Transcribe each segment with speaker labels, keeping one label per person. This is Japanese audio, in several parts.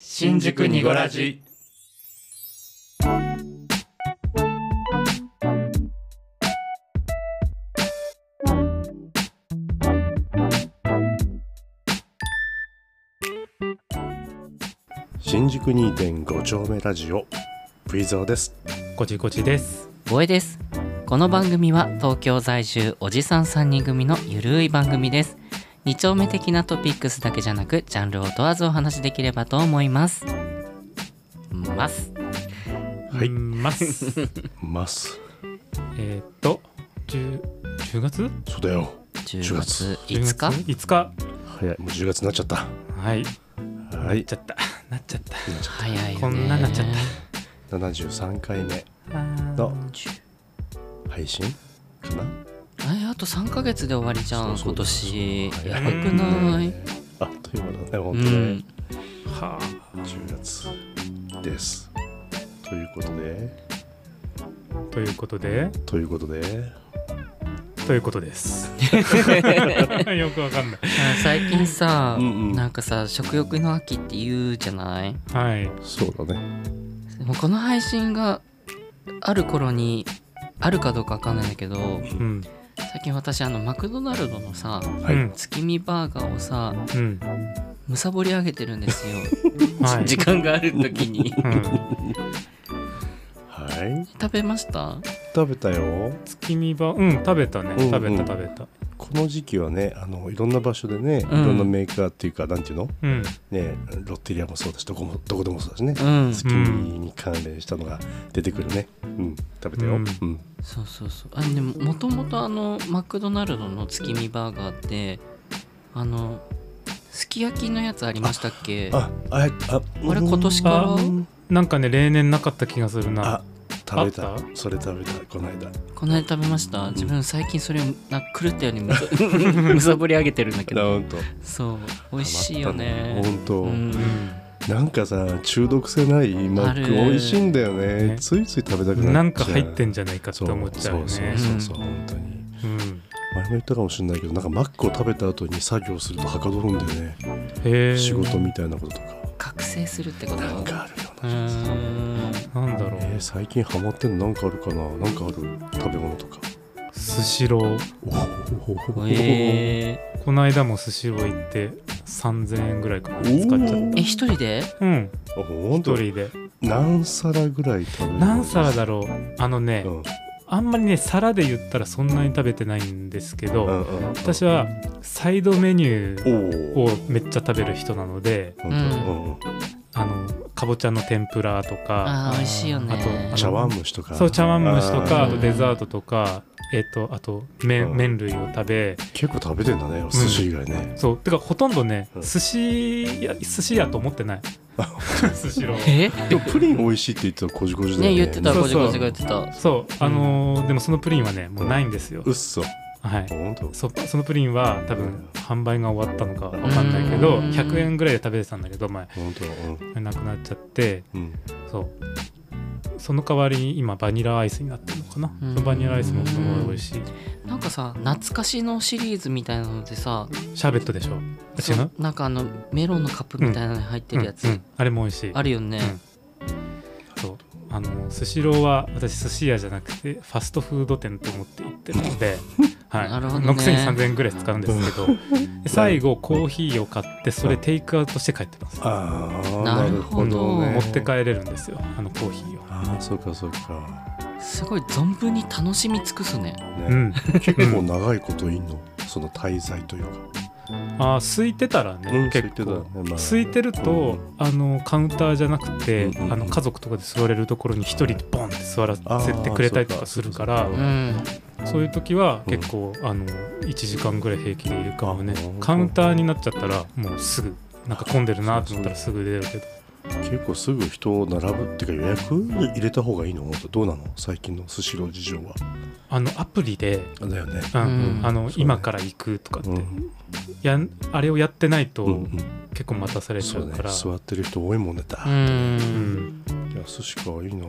Speaker 1: 新宿にごラジ
Speaker 2: 新宿2.5丁目ラジオプイゾーです
Speaker 3: こちこちです。
Speaker 4: ボエですこの番組は東京在住おじさん3人組のゆるい番組です二丁目的なトピックスだけじゃなくジャンルを問わずお話しできればと思いますます
Speaker 2: はい
Speaker 3: ます。
Speaker 2: ます
Speaker 3: えーっと、十十月？
Speaker 2: そうだよ
Speaker 4: 10月
Speaker 3: 10
Speaker 4: 5日
Speaker 3: 月？五日。
Speaker 2: 早いもう10月になっちゃった
Speaker 3: はい。
Speaker 2: は
Speaker 3: なっ
Speaker 2: い
Speaker 3: ちゃった。なっちゃった。
Speaker 4: 早いよね
Speaker 3: こんななっちゃっ
Speaker 2: 73回目
Speaker 3: あー
Speaker 2: の配信かな
Speaker 4: えあと3ヶ月で終わりじゃん
Speaker 2: そう
Speaker 4: 今
Speaker 2: そうそう
Speaker 4: 年
Speaker 2: そう
Speaker 4: やばくない
Speaker 2: あっという間だね
Speaker 4: う
Speaker 2: 本当ね、
Speaker 4: ん
Speaker 3: は
Speaker 2: 10月ですということで
Speaker 3: あ。ということで、
Speaker 2: ということで
Speaker 3: というこ とです。よくわかんない。
Speaker 4: あ最近さ
Speaker 2: うんうん
Speaker 4: なんかさ食欲の秋って言うじゃない
Speaker 3: はい。
Speaker 2: そうだね
Speaker 4: でもこの配信がある頃にあるかどうかわかんないんだけど
Speaker 3: うん。
Speaker 4: 最近私あのマクドナルドのさ
Speaker 2: はい、
Speaker 3: うん。
Speaker 4: 月見バーガーをさ
Speaker 3: うん。
Speaker 4: むさぼり上げてるんですよ、
Speaker 3: は い。
Speaker 4: 時間がある時に
Speaker 3: うん、
Speaker 2: はい
Speaker 4: 食べました
Speaker 2: 食べたよ
Speaker 3: 月見ばうん食べたね
Speaker 2: うんうん
Speaker 3: 食べた食べた
Speaker 2: この時期はねあのいろんな場所でね、
Speaker 4: うん
Speaker 2: いろんなメーカーっていうかなんていうの
Speaker 3: うん
Speaker 2: ねロッテリアもそうだしどこもどこでもそうだしね、
Speaker 4: うん
Speaker 2: 月見に関連したのが出てくるね。うん、食べたよ。う
Speaker 3: うんん、
Speaker 4: そうそうそうあでももともとあのマクドナルドの月見バーガーってあのすき焼きのやつありましたっけ
Speaker 2: あ、あれ、あ、
Speaker 4: あれ今年から
Speaker 2: あ
Speaker 3: なんかね例年なかった気がするな
Speaker 2: あ、食べた
Speaker 3: あっ。
Speaker 2: それ食べた、この間。
Speaker 4: この間食べました
Speaker 2: ん
Speaker 4: 自分最近それなんか狂ったようにむさ むさぼり上げてるんだけど
Speaker 2: ほんと。
Speaker 4: そう美味しいよね
Speaker 2: ほんと
Speaker 4: う。
Speaker 3: うん
Speaker 2: なんかさ、中毒性ないマ
Speaker 4: あ
Speaker 2: ッ
Speaker 4: る
Speaker 2: ク美味しいんだよね。
Speaker 3: ね
Speaker 2: ついつい食べたくなっちゃう。
Speaker 3: なんか入って
Speaker 2: ん
Speaker 3: んじゃないかって思っちゃうよ
Speaker 2: そ
Speaker 3: ね
Speaker 2: うそうそうそう、本当に。
Speaker 3: うん
Speaker 2: 前も言ったかもしれないけど、なんかマックを食べた後に作業するとはかどるんだよね。
Speaker 3: へえ
Speaker 2: 仕事みたいなこととか。
Speaker 4: 覚醒するってこと
Speaker 2: なんかあるよ
Speaker 4: う
Speaker 2: な。
Speaker 4: ーん
Speaker 3: なんだろう
Speaker 2: えー、最近ハマってんのなんかあるかななんかある食べ物とか。
Speaker 3: スシロー
Speaker 2: おー
Speaker 4: え
Speaker 3: この間もスシロー行って3000円ぐらいかな使っちゃっ
Speaker 4: ー、え一人で
Speaker 3: たうん
Speaker 2: あほん
Speaker 3: 一
Speaker 2: と
Speaker 3: 人で
Speaker 2: 何皿ぐらい食べる
Speaker 3: 何皿だろうあのね、
Speaker 2: うん
Speaker 3: あんまりね皿で言ったらそんなに食べてないんですけど、
Speaker 2: うんうんうん
Speaker 3: 私はサイドメニュ
Speaker 2: お
Speaker 3: ー
Speaker 2: お
Speaker 3: をめっちゃ食べる人なので
Speaker 2: ほんとうん
Speaker 3: あのかぼちゃの天ぷらとか
Speaker 4: あー美味しいよね
Speaker 3: あとあの
Speaker 2: 茶碗蒸しとか
Speaker 3: そう茶碗蒸しとか
Speaker 4: あ
Speaker 3: あ
Speaker 4: ー
Speaker 3: とデザートとかえっ、とあと麺
Speaker 2: うん
Speaker 3: 麺類を食べ
Speaker 2: 結構食べてんだねお寿司以外ね
Speaker 3: そうてかほとんどね
Speaker 2: うん
Speaker 3: 寿司や寿司やと思っ てない寿司ロー
Speaker 4: え
Speaker 2: でもプリン美味しいって言ってたのこじこじだ
Speaker 4: ね
Speaker 2: よね
Speaker 4: 言ってた
Speaker 3: そう
Speaker 4: ゴ
Speaker 3: そう
Speaker 4: ジゴジが言ってた
Speaker 3: そうあのーでもそのプリンはねもうないんですよ、
Speaker 2: うっそ
Speaker 3: はい
Speaker 2: ほんと
Speaker 3: そそのプリンは多分販売が終わったのかわかんないけど
Speaker 4: うん
Speaker 3: 100円ぐらいで食べてたんだけど前
Speaker 2: ほんとうん
Speaker 3: なくなっちゃって
Speaker 2: うん
Speaker 3: そうその代わりに今バニラアイスになってるのかな
Speaker 4: うん
Speaker 3: そのバニラアイスもすごい美味しい
Speaker 4: なんかさ懐かしのシリーズみたいなのでさ
Speaker 3: シャーベットでしょ違う
Speaker 4: なんかあのメロンのカップみたいなのに入ってるやつ、
Speaker 3: うんうんあれも美味しい
Speaker 4: あるよね、
Speaker 3: そうあのスシローは私寿司屋じゃなくてファストフード店と思って行ってるの で、はい、
Speaker 4: なるほどね
Speaker 3: のくせに3000円ぐらい使うんですけどで最後コーヒーを買ってそれテイクアウトして帰ってます、
Speaker 2: ああ
Speaker 4: なるほど
Speaker 3: 持って帰れるんですよあのコーヒーを。
Speaker 2: ああそうかそうか
Speaker 4: すごい存分に楽しみ尽くすね
Speaker 3: う
Speaker 2: ね
Speaker 3: ん、
Speaker 2: 結構長いこといんのその滞在というか
Speaker 3: あー空いてたらね、
Speaker 2: うん
Speaker 3: 結
Speaker 2: 空いてたら
Speaker 3: 構
Speaker 2: ねまあ
Speaker 3: 空いてると、あのカウンターじゃなくて、
Speaker 2: うんうんうん
Speaker 3: あの家族とかで座れるところに一人でボンって座らせてくれたりとかするから
Speaker 2: あーそうかそうかそうか
Speaker 4: うん
Speaker 3: そういう時は結構、あの1時間ぐらい平気でいるかもね
Speaker 2: あ本当
Speaker 3: カウンターになっちゃったらもうすぐなんか混んでるなと思ったらすぐ出るけど
Speaker 2: 結構すぐ人を並ぶっていうか予約入れた方がいいのどうなの最近のスシロー事情は
Speaker 3: あのアプリで、
Speaker 2: だよね
Speaker 3: うん
Speaker 4: うん
Speaker 3: あの
Speaker 2: そうね
Speaker 3: 今から行くとかって、
Speaker 2: うん
Speaker 3: やんあれをやってないと、
Speaker 2: うんうん
Speaker 3: 結構待たされちゃ
Speaker 2: そう
Speaker 3: う
Speaker 2: ね
Speaker 3: から
Speaker 2: 座ってる人多いもんねだ
Speaker 4: う
Speaker 3: うん
Speaker 4: ん
Speaker 2: いや寿司かいいな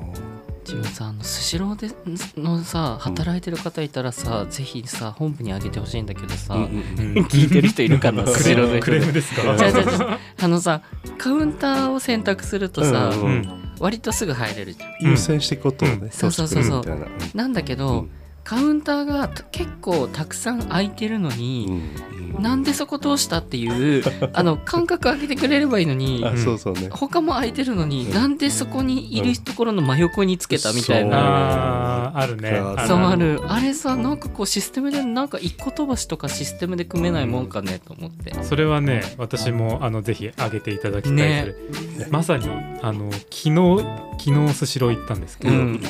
Speaker 4: 自分さあのスシローでのさ働いてる方いたらさ、ぜひさ本部にあげてほしいんだけどさ、
Speaker 2: うんうん
Speaker 3: うん
Speaker 4: 聞いてる人いるかなスシローで
Speaker 3: クレームですか
Speaker 4: 違う違う違うあのさカウンターを選択するとさ、
Speaker 2: うん
Speaker 3: う
Speaker 2: うん
Speaker 3: ん
Speaker 4: 割とすぐ入れるじゃん
Speaker 2: 優先していくことをね、
Speaker 4: んそうそうそうそう
Speaker 2: みたいなうん
Speaker 4: なんだけど、カウンターが結構たくさん空いてるの
Speaker 2: うん
Speaker 4: に、
Speaker 2: うん
Speaker 4: なんでそこ通したっていう あの間隔空けてくれればいいのに
Speaker 2: あそうそうね
Speaker 4: 他も空いてるのに、
Speaker 2: うん
Speaker 4: なんでそこにいるところの真横につけたみたい
Speaker 2: うん
Speaker 4: な。
Speaker 3: あーあるね
Speaker 2: そう
Speaker 4: そう
Speaker 3: の
Speaker 4: あるあれさなんかこうシステムでなんか一個飛ばしとかシステムで組めないもんかねと思って
Speaker 3: それはね私もあのぜひ上げていただきたい
Speaker 4: ね
Speaker 3: それ、まさにあの昨日昨日スシロー行ったんですけ
Speaker 4: う
Speaker 3: ど、
Speaker 4: ん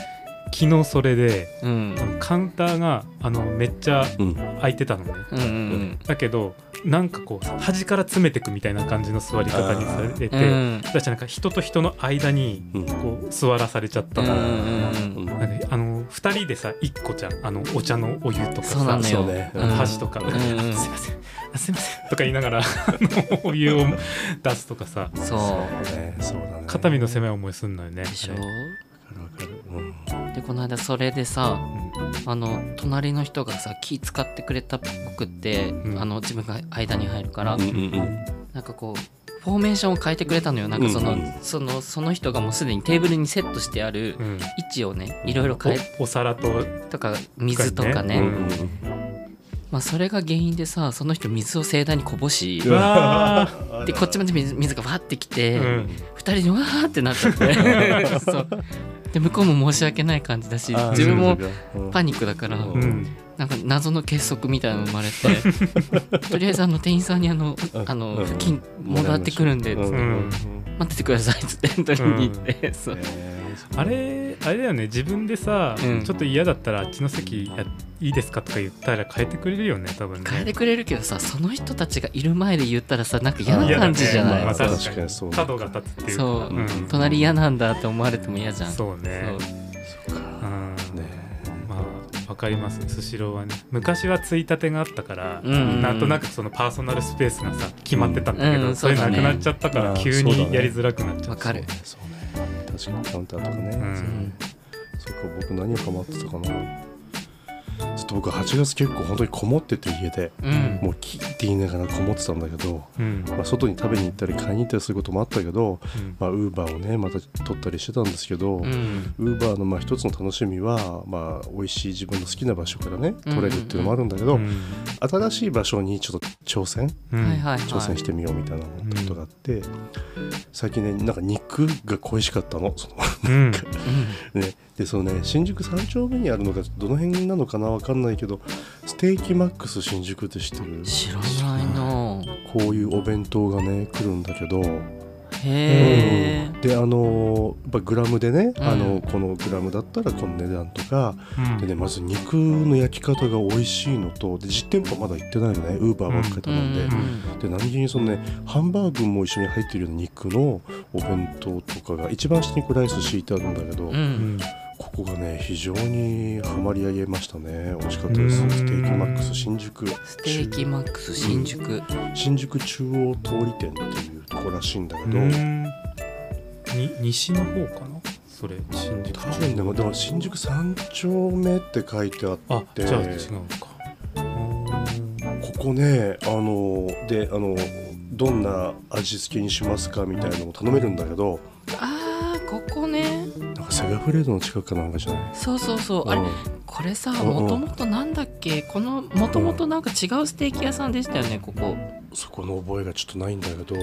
Speaker 3: 昨日それで
Speaker 4: うん
Speaker 3: あのカウンターがあのめっちゃ
Speaker 2: うん
Speaker 3: 空いてたのね
Speaker 4: うんうん
Speaker 3: だけどなんかこう端から詰めてくみたいな感じの座り方にされて、
Speaker 4: うんうん
Speaker 3: 私なんか人と人の間に
Speaker 2: うん
Speaker 3: こう座らされちゃった
Speaker 4: うんう
Speaker 3: から、
Speaker 4: んうん
Speaker 3: なんかあの2人でさ1個じゃんあのお茶のお湯とか
Speaker 4: そうなの
Speaker 3: さ
Speaker 4: よ
Speaker 2: そうね
Speaker 4: うん
Speaker 3: 箸とか、
Speaker 4: うんう
Speaker 3: あ
Speaker 4: ん
Speaker 3: すいませんあすいませんとか言いながらあのお湯を出すとかさ
Speaker 4: そ
Speaker 2: ねそうだね
Speaker 3: 肩身の狭い思いすんのよね
Speaker 4: うでしょ
Speaker 3: あれ
Speaker 2: わかるわかるうん
Speaker 4: でこの間それでさ
Speaker 3: うん
Speaker 4: あの隣の人がさ気使ってくれたっぽくって、
Speaker 3: うん
Speaker 4: あの自分が間に入るから、
Speaker 2: うんうんうん
Speaker 4: なんかこうフォーメーションを変えてくれたのよなんかその,、
Speaker 2: うんうん
Speaker 4: そのその人がもうすでにテーブルにセットしてある
Speaker 3: うん
Speaker 4: 位置をねいろいろ変え
Speaker 3: おお皿と
Speaker 4: とか水とかね
Speaker 2: う
Speaker 3: う
Speaker 2: んんうんうん
Speaker 4: まあ、それが原因でさその人水を盛大にこぼし
Speaker 3: うわ
Speaker 4: でこっちまで水水がわーってきて、
Speaker 3: う
Speaker 4: 二
Speaker 3: ん
Speaker 4: 人でわーってなっちゃって そうで向こうも申し訳ない感じだし
Speaker 2: あー
Speaker 4: 自分も
Speaker 2: そうかうん
Speaker 4: パニックだから、
Speaker 2: う
Speaker 3: ーうん
Speaker 4: なんか謎の結束みたいなの生まれてとりあえずあの店員さんにあのあの
Speaker 2: うん
Speaker 4: 付近戻ってくるんで、
Speaker 2: う
Speaker 3: うん
Speaker 4: 待っててくださいっつって取りに行って、そう
Speaker 2: えーそう
Speaker 3: あれあれだよね自分でさ、
Speaker 4: うん
Speaker 3: ちょっと嫌だったらあっちの席やいいですかとか言ったら変えてくれるよね多分ね
Speaker 4: 変えてくれるけどさその人たちがいる前で言ったらさなんか嫌な感じじゃ
Speaker 2: 嫌だ
Speaker 4: な
Speaker 2: ね
Speaker 4: い、
Speaker 3: まあ、
Speaker 2: そう
Speaker 3: 確か
Speaker 2: 確か
Speaker 3: に
Speaker 2: にそう
Speaker 3: 角が立つっていうか
Speaker 4: そう、
Speaker 3: ん
Speaker 4: 隣嫌なんだって思われても嫌じゃん
Speaker 3: そうね
Speaker 4: そう
Speaker 3: う
Speaker 2: か
Speaker 3: ん
Speaker 2: ね
Speaker 3: まあわかりますスシローはね昔はついたてがあったから、
Speaker 4: うん
Speaker 3: なんとなくそのパーソナルスペースがさ決まってたんだけど、
Speaker 4: うんうん
Speaker 3: それ
Speaker 4: そう
Speaker 3: な
Speaker 4: だ
Speaker 3: く
Speaker 4: ね
Speaker 3: なっちゃったから
Speaker 2: あー
Speaker 3: 急
Speaker 2: そうだ
Speaker 3: に
Speaker 2: ね
Speaker 3: やりづらくなっちゃ
Speaker 4: わ
Speaker 3: っ
Speaker 4: かる
Speaker 2: そうね確かにカウンターとかね、
Speaker 3: た、う
Speaker 4: うんん
Speaker 2: そっか僕何ハマってたかなちょっと僕8月結構本当にこもってて家で
Speaker 4: うん
Speaker 2: もうキーって言いながらこもってたんだけど、
Speaker 3: うん
Speaker 2: まあ、外に食べに行ったり買いに行ったりすることもあったけど
Speaker 3: うん
Speaker 2: まあウーバーをねまた取ったりしてたんですけど、
Speaker 4: うん
Speaker 2: ウーバーのまあ一つの楽しみは、まあ、美味しい自分の好きな場所からね
Speaker 4: うん
Speaker 2: 取れるっていうのもあるんだけど、新しい場所にちょっと挑戦
Speaker 3: うん
Speaker 4: はいはいはい
Speaker 2: 挑戦してみようみたいなことがあって、最近ねなんか肉が恋しかったの その
Speaker 3: うん
Speaker 2: ね、でそのね新宿三丁目にあるのがどの辺なのかなわかんないけどステーキマックス新宿って知ってる
Speaker 4: 知らないの
Speaker 2: こういうお弁当がね来るんだけど、
Speaker 4: へえ
Speaker 2: うんであのーやっぱグラムでね、
Speaker 4: うん
Speaker 2: あのこのグラムだったらこの値段とか
Speaker 3: うん
Speaker 2: でねまず肉の焼き方が美味しいのとで実店舗まだ行ってないのねウーバーばっかり頼んで。
Speaker 4: うん
Speaker 2: で何気にそのねハンバーグも一緒に入ってるような肉のお弁当とかが一番下にこうライス敷いてあるんだけど、
Speaker 4: うんう
Speaker 3: うんん
Speaker 2: ここがね非常にハマり上げましたね美味しかったで
Speaker 3: うーん
Speaker 2: すステーキマックス新宿
Speaker 4: ステーキマックス新宿
Speaker 2: 新宿中央通り店っていうとこらしいんだけど、
Speaker 3: うんに西の方かなそれ新宿
Speaker 2: 多分でもでも新宿三丁目って書いてあっ
Speaker 3: あ
Speaker 2: て
Speaker 3: じゃあ違うかうん
Speaker 2: ここねあのであのどんな味付けにしますかみたいなのを頼めるんだけど
Speaker 4: あーここね
Speaker 2: なんかセガフレードの近くかなんかじゃない
Speaker 4: そうそうそうあれ
Speaker 2: うん
Speaker 4: これさ
Speaker 2: うんうん
Speaker 4: もともとなんだっけこのもともとなんか違うステーキ屋さんでしたよねここ
Speaker 2: そこの覚えがちょっとないんだけど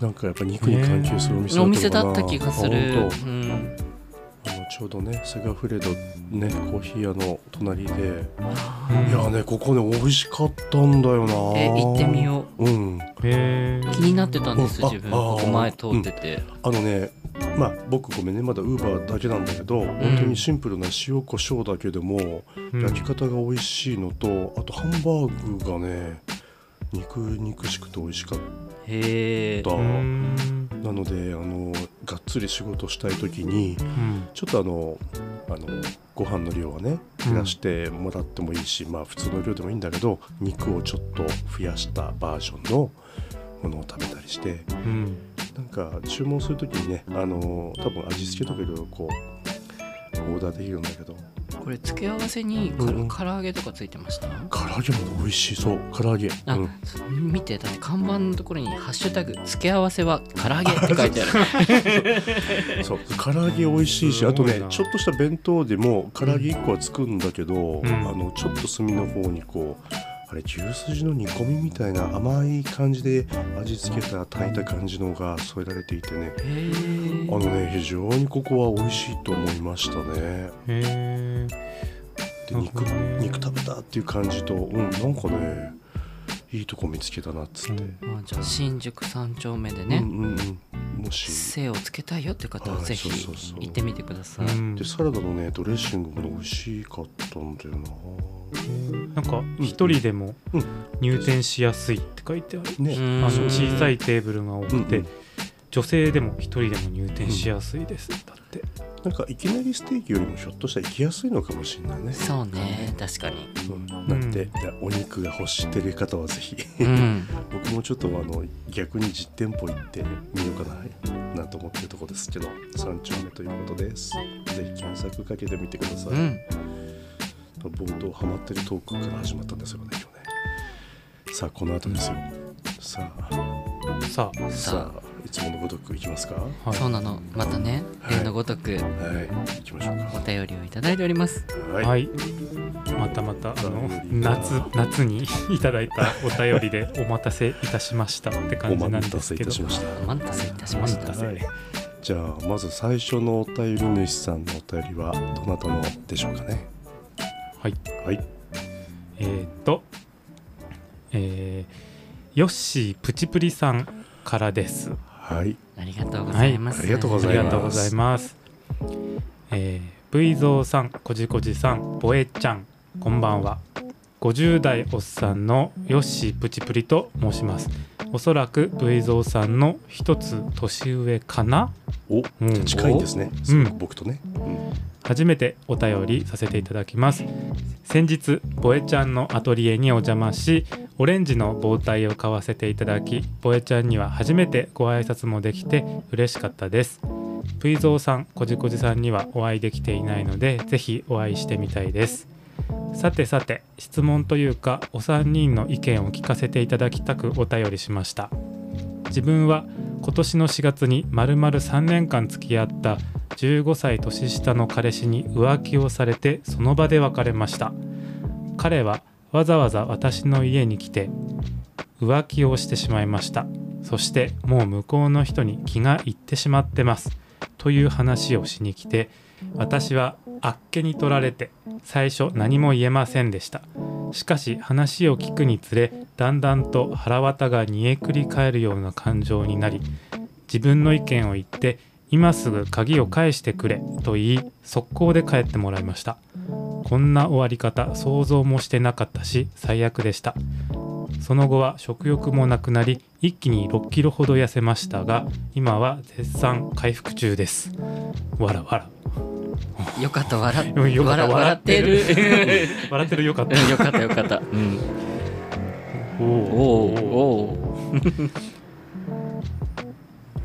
Speaker 2: なんかやっぱ肉に関係するお店だった
Speaker 4: お店だ
Speaker 2: のかな
Speaker 4: った気がす
Speaker 2: あ
Speaker 4: る
Speaker 2: 本当
Speaker 4: うん
Speaker 2: あのちょうどねセガフレードねコーヒー屋の隣で、
Speaker 3: うん
Speaker 2: いやねここね美味しかったんだよな
Speaker 4: え行ってみよ
Speaker 2: ううん
Speaker 3: へー
Speaker 4: う気になってたんです
Speaker 2: うんあ
Speaker 4: 自分
Speaker 2: あー
Speaker 4: ここ前通ってて
Speaker 2: あのねまあ僕ごめんねまだウーバーだけなんだけど、本当にシンプルな塩コショウだけでも、
Speaker 3: うん
Speaker 2: 焼き方が美味しいのとあとハンバーグがね肉肉しくて美味しかっ
Speaker 4: へえ
Speaker 2: た、
Speaker 3: うん
Speaker 2: なのであのがっつり仕事したい時に
Speaker 3: うん
Speaker 2: ちょっとあのあのご飯の量はね
Speaker 3: うん
Speaker 2: 減らしてもらってもいいし、まあ普通の量でもいいんだけど肉をちょっと増やしたバージョンのものを食べたりして
Speaker 3: うん
Speaker 2: なんか注文する時にねあの多分味付けとかいろいろこうオーダーできるんだけどこ
Speaker 4: これ付け合わせにか
Speaker 2: うんうん
Speaker 4: 唐揚げとかついてました、
Speaker 2: 唐揚げも美味しそう唐揚げ
Speaker 4: あ、
Speaker 2: うん、
Speaker 4: そ見てだって看板のところに「ハッシュタグ付け合わせは唐揚げ」って書い てある
Speaker 2: そう唐揚げ美味しいし
Speaker 3: うん
Speaker 2: あと
Speaker 3: すごい
Speaker 2: ね
Speaker 3: な
Speaker 2: ちょっとした弁当でも唐揚げ1個はつくんだけど、
Speaker 3: ん
Speaker 2: あのちょっと炭の方にこうあれ牛すじの煮込みみたいな甘い感じで味付けた炊いた感じのが添えられていてね
Speaker 4: へ
Speaker 2: あ
Speaker 4: ー
Speaker 2: のね非常にここは美味しいと思いましたね
Speaker 3: へえ
Speaker 2: で
Speaker 3: なる
Speaker 2: 肉
Speaker 3: ほどね
Speaker 2: 肉食べたっていう感じとうんなんかねいいとこ見つけたなっつって、
Speaker 4: まあじゃあ新宿三丁目でね、
Speaker 2: うんうんうんもし
Speaker 4: 精をつけたいよって方はぜひ
Speaker 2: はいそうそうそう
Speaker 4: 行ってみてください、
Speaker 3: うん
Speaker 2: でサラダのねドレッシングもね美味しかったんだよな
Speaker 3: なんか一人でも
Speaker 2: うん
Speaker 3: 入店しやすいって書いてある、
Speaker 2: ね
Speaker 4: うん
Speaker 3: あの小さいテーブルが多
Speaker 2: う
Speaker 3: く
Speaker 2: ん
Speaker 3: て、
Speaker 2: うん
Speaker 3: 女性でも一人でも入店しやすいです、だって
Speaker 2: なんかいきなりステーキよりもひょっとしたら行きやすいのかもしれないね。
Speaker 4: そうね確か に
Speaker 2: うんなんで、いやお肉が欲してる方はぜひ
Speaker 4: うん
Speaker 2: 僕もちょっとあの逆に実店舗行ってみようかななと思ってるとこですけど3丁目ということですぜひ検索かけてみてください、
Speaker 4: うん
Speaker 2: 冒頭ハマってるトークから始まったんですよね今日ねさあこの後ですよ、さあ
Speaker 3: さあ、
Speaker 2: さあいつものごとくいきますかは
Speaker 3: はい
Speaker 4: そうなのまたね
Speaker 2: はい
Speaker 4: 例のごとく
Speaker 2: い行きましょう
Speaker 4: お
Speaker 2: か
Speaker 4: 便りをいただいております
Speaker 2: は
Speaker 3: はい、またまたあの夏夏に いただいたお便りでお待たせいたしましたって
Speaker 2: お
Speaker 3: 感じなん
Speaker 2: 待
Speaker 3: で
Speaker 2: た
Speaker 3: す
Speaker 2: せい
Speaker 3: け
Speaker 2: た
Speaker 3: ど
Speaker 2: しました
Speaker 4: お待たせいたしまし
Speaker 3: お待
Speaker 4: た
Speaker 3: たせ
Speaker 2: はい、じゃあまず最初のお便り主さんのお便りはどなたのでしょうかね
Speaker 3: はい
Speaker 2: はい
Speaker 3: えーっとえー、ヨッシープチプリさんからです
Speaker 2: はい
Speaker 4: ありがとうございます、
Speaker 2: はいありがとうご
Speaker 3: あ
Speaker 2: ざ
Speaker 3: り
Speaker 2: います
Speaker 3: がとうございます。えー、V ゾーさん、こじこじさん、ぼえちゃん、こんばんは。50代おっさんのヨッシープチプリと申します。おそらく V ゾーさんの一つ年上かな
Speaker 2: お、
Speaker 3: うん
Speaker 2: じゃあ近いんですね、すごく僕とね、
Speaker 3: 初めてお便りさせていただきます先日ボエちゃんのアトリエにお邪魔しオレンジの帽体を買わせていただきボエちゃんには初めてご挨拶もできて嬉しかったですプイゾーさんこじこじさんにはお会いできていないのでぜひお会いしてみたいですさてさて質問というかお三人の意見を聞かせていただきたくお便りしました自分は今年の4月に丸々3年間付き合った15歳年下の彼氏に浮気をされてその場で別れました彼はわざわざ私の家に来て浮気をしてしまいましたそしてもう向こうの人に気がいってしまってますという話をしに来て私はあっけに取られて最初何も言えませんでしたしかし話を聞くにつれだんだんと腹渡が煮えくり返るような感情になり自分の意見を言って今すぐ鍵を返してくれと言い速攻で帰ってもらいましたこんな終わり方想像もしてなかったし最悪でしたその後は食欲もなくなり一気に6キロほど痩せましたが今は絶賛回復中ですわらわ
Speaker 4: よかった笑
Speaker 3: らよかった
Speaker 4: 笑笑ってる
Speaker 3: 笑ってるよかっ
Speaker 4: うん
Speaker 3: た
Speaker 4: よかったよかった、うん、
Speaker 3: お
Speaker 4: お
Speaker 3: お
Speaker 4: ーお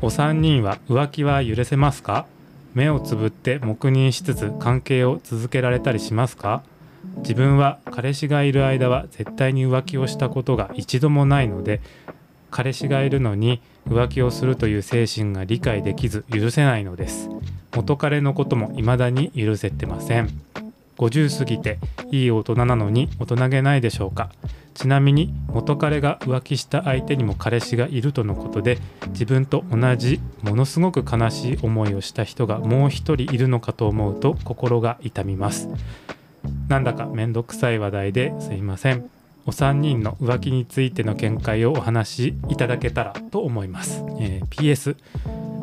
Speaker 3: お三人は浮気は許せますか目をつぶって黙認しつつ関係を続けられたりしますか自分は彼氏がいる間は絶対に浮気をしたことが一度もないので彼氏がいるのに浮気をするという精神が理解できず許せないのです元彼のことも未だに許せてません50過ぎていい大人なのに大人げないでしょうかちなみに元彼が浮気した相手にも彼氏がいるとのことで自分と同じものすごく悲しい思いをした人がもう一人いるのかと思うと心が痛みますなんだかめんどくさい話題ですいませんお三人の浮気についての見解をお話しいただけたらと思います、えー PS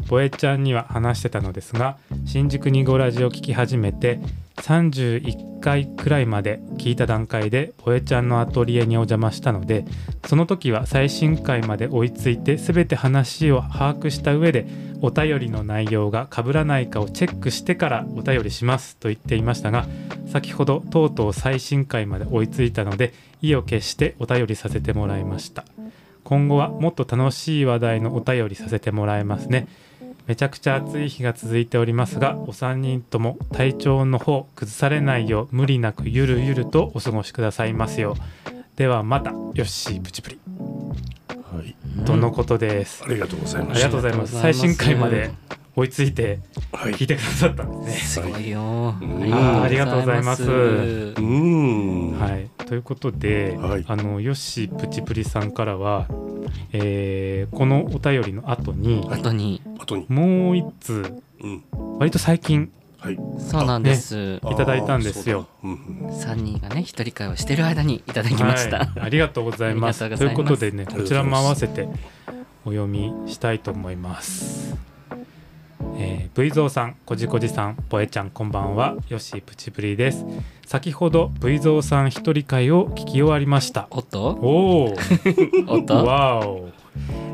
Speaker 3: ボエちゃんには話してたのですが新宿にごラジを聞き始めて31回くらいまで聞いた段階でボエちゃんのアトリエにお邪魔したのでその時は最新回まで追いついて全て話を把握した上でお便りの内容が被らないかをチェックしてからお便りしますと言っていましたが先ほどとうとう最新回まで追いついたので意を決してお便りさせてもらいました今後はもっと楽しい話題のお便りさせてもらいますねめちゃくちゃ暑い日が続いておりますがお三人とも体調の方崩されないよう無理なくゆるゆるとお過ごしくださいますようではまたよっしープチプリ
Speaker 2: はい、
Speaker 3: とのことです、
Speaker 2: ありがとうございま
Speaker 3: あり
Speaker 2: し
Speaker 3: がとうございます
Speaker 4: ありが
Speaker 3: 最
Speaker 4: とうございます
Speaker 3: 新回まで追いついて
Speaker 2: た。はい
Speaker 3: 聞いてくださったんですね
Speaker 4: すごいよ
Speaker 2: うん
Speaker 4: ありがとうございま
Speaker 3: あ
Speaker 4: す
Speaker 2: うーん。。
Speaker 3: はいい、ということで、
Speaker 2: はい
Speaker 3: あのよっしープチプリさんからは、えーこのお便りの後に、
Speaker 2: はい
Speaker 4: 本当に
Speaker 2: 後に。
Speaker 3: もう一通
Speaker 2: うん。
Speaker 3: 割と最近
Speaker 2: はい。
Speaker 4: そうなんです
Speaker 2: あー
Speaker 3: いただいたんですよ。
Speaker 2: そうだうん
Speaker 4: 3人がね一人会をしてる間にいただきました、
Speaker 3: はい、ありがとうございま す
Speaker 4: ありが
Speaker 3: と
Speaker 4: と
Speaker 3: いうう
Speaker 4: ございます
Speaker 3: ことでね
Speaker 2: ありがとう
Speaker 3: こ
Speaker 2: ご
Speaker 3: ち
Speaker 2: ざ
Speaker 3: ら
Speaker 2: い
Speaker 3: も
Speaker 2: ます
Speaker 3: 合わせてお読みしたいと思います。えー、V ゾウさん、こじこじさん、ぽえちゃん、こんばんは。よし、プチプリです。先ほど V ゾウさん一人会を聞き終わりました。
Speaker 4: おっと
Speaker 3: おお、
Speaker 4: おっと
Speaker 3: わお、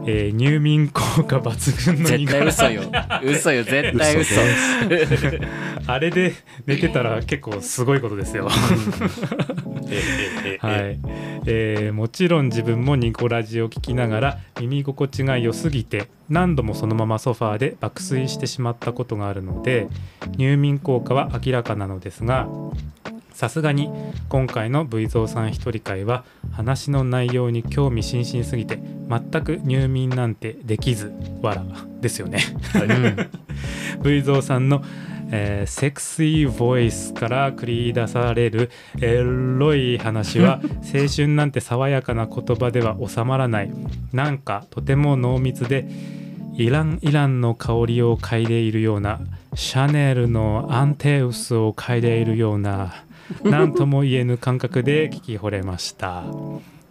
Speaker 3: えー、入眠効果抜群の
Speaker 4: 絶対
Speaker 3: 苦
Speaker 4: 嘘よ嘘よ絶対嘘
Speaker 3: あれで寝てたら結構すごいことで すよ。
Speaker 2: ええええええ
Speaker 3: はいえーもちろん自分もニコラジを聞きながら耳心地が良すぎて何度もそのままソファーで爆睡してしまったことがあるので入眠効果は明らかなのですがさすがに今回の V 蔵さん一人会は話の内容に興味津々すぎて全く入眠なんてできずわらですよね。V 蔵さんの、えーセクシーボイスから繰り出されるエロい話は青春なんて爽やかな言葉では収まらないなんかとても濃密でイランイランの香りを嗅いでいるようなシャネルのアンテウスを嗅いでいるような何とも言えぬ感覚で聞き惚れました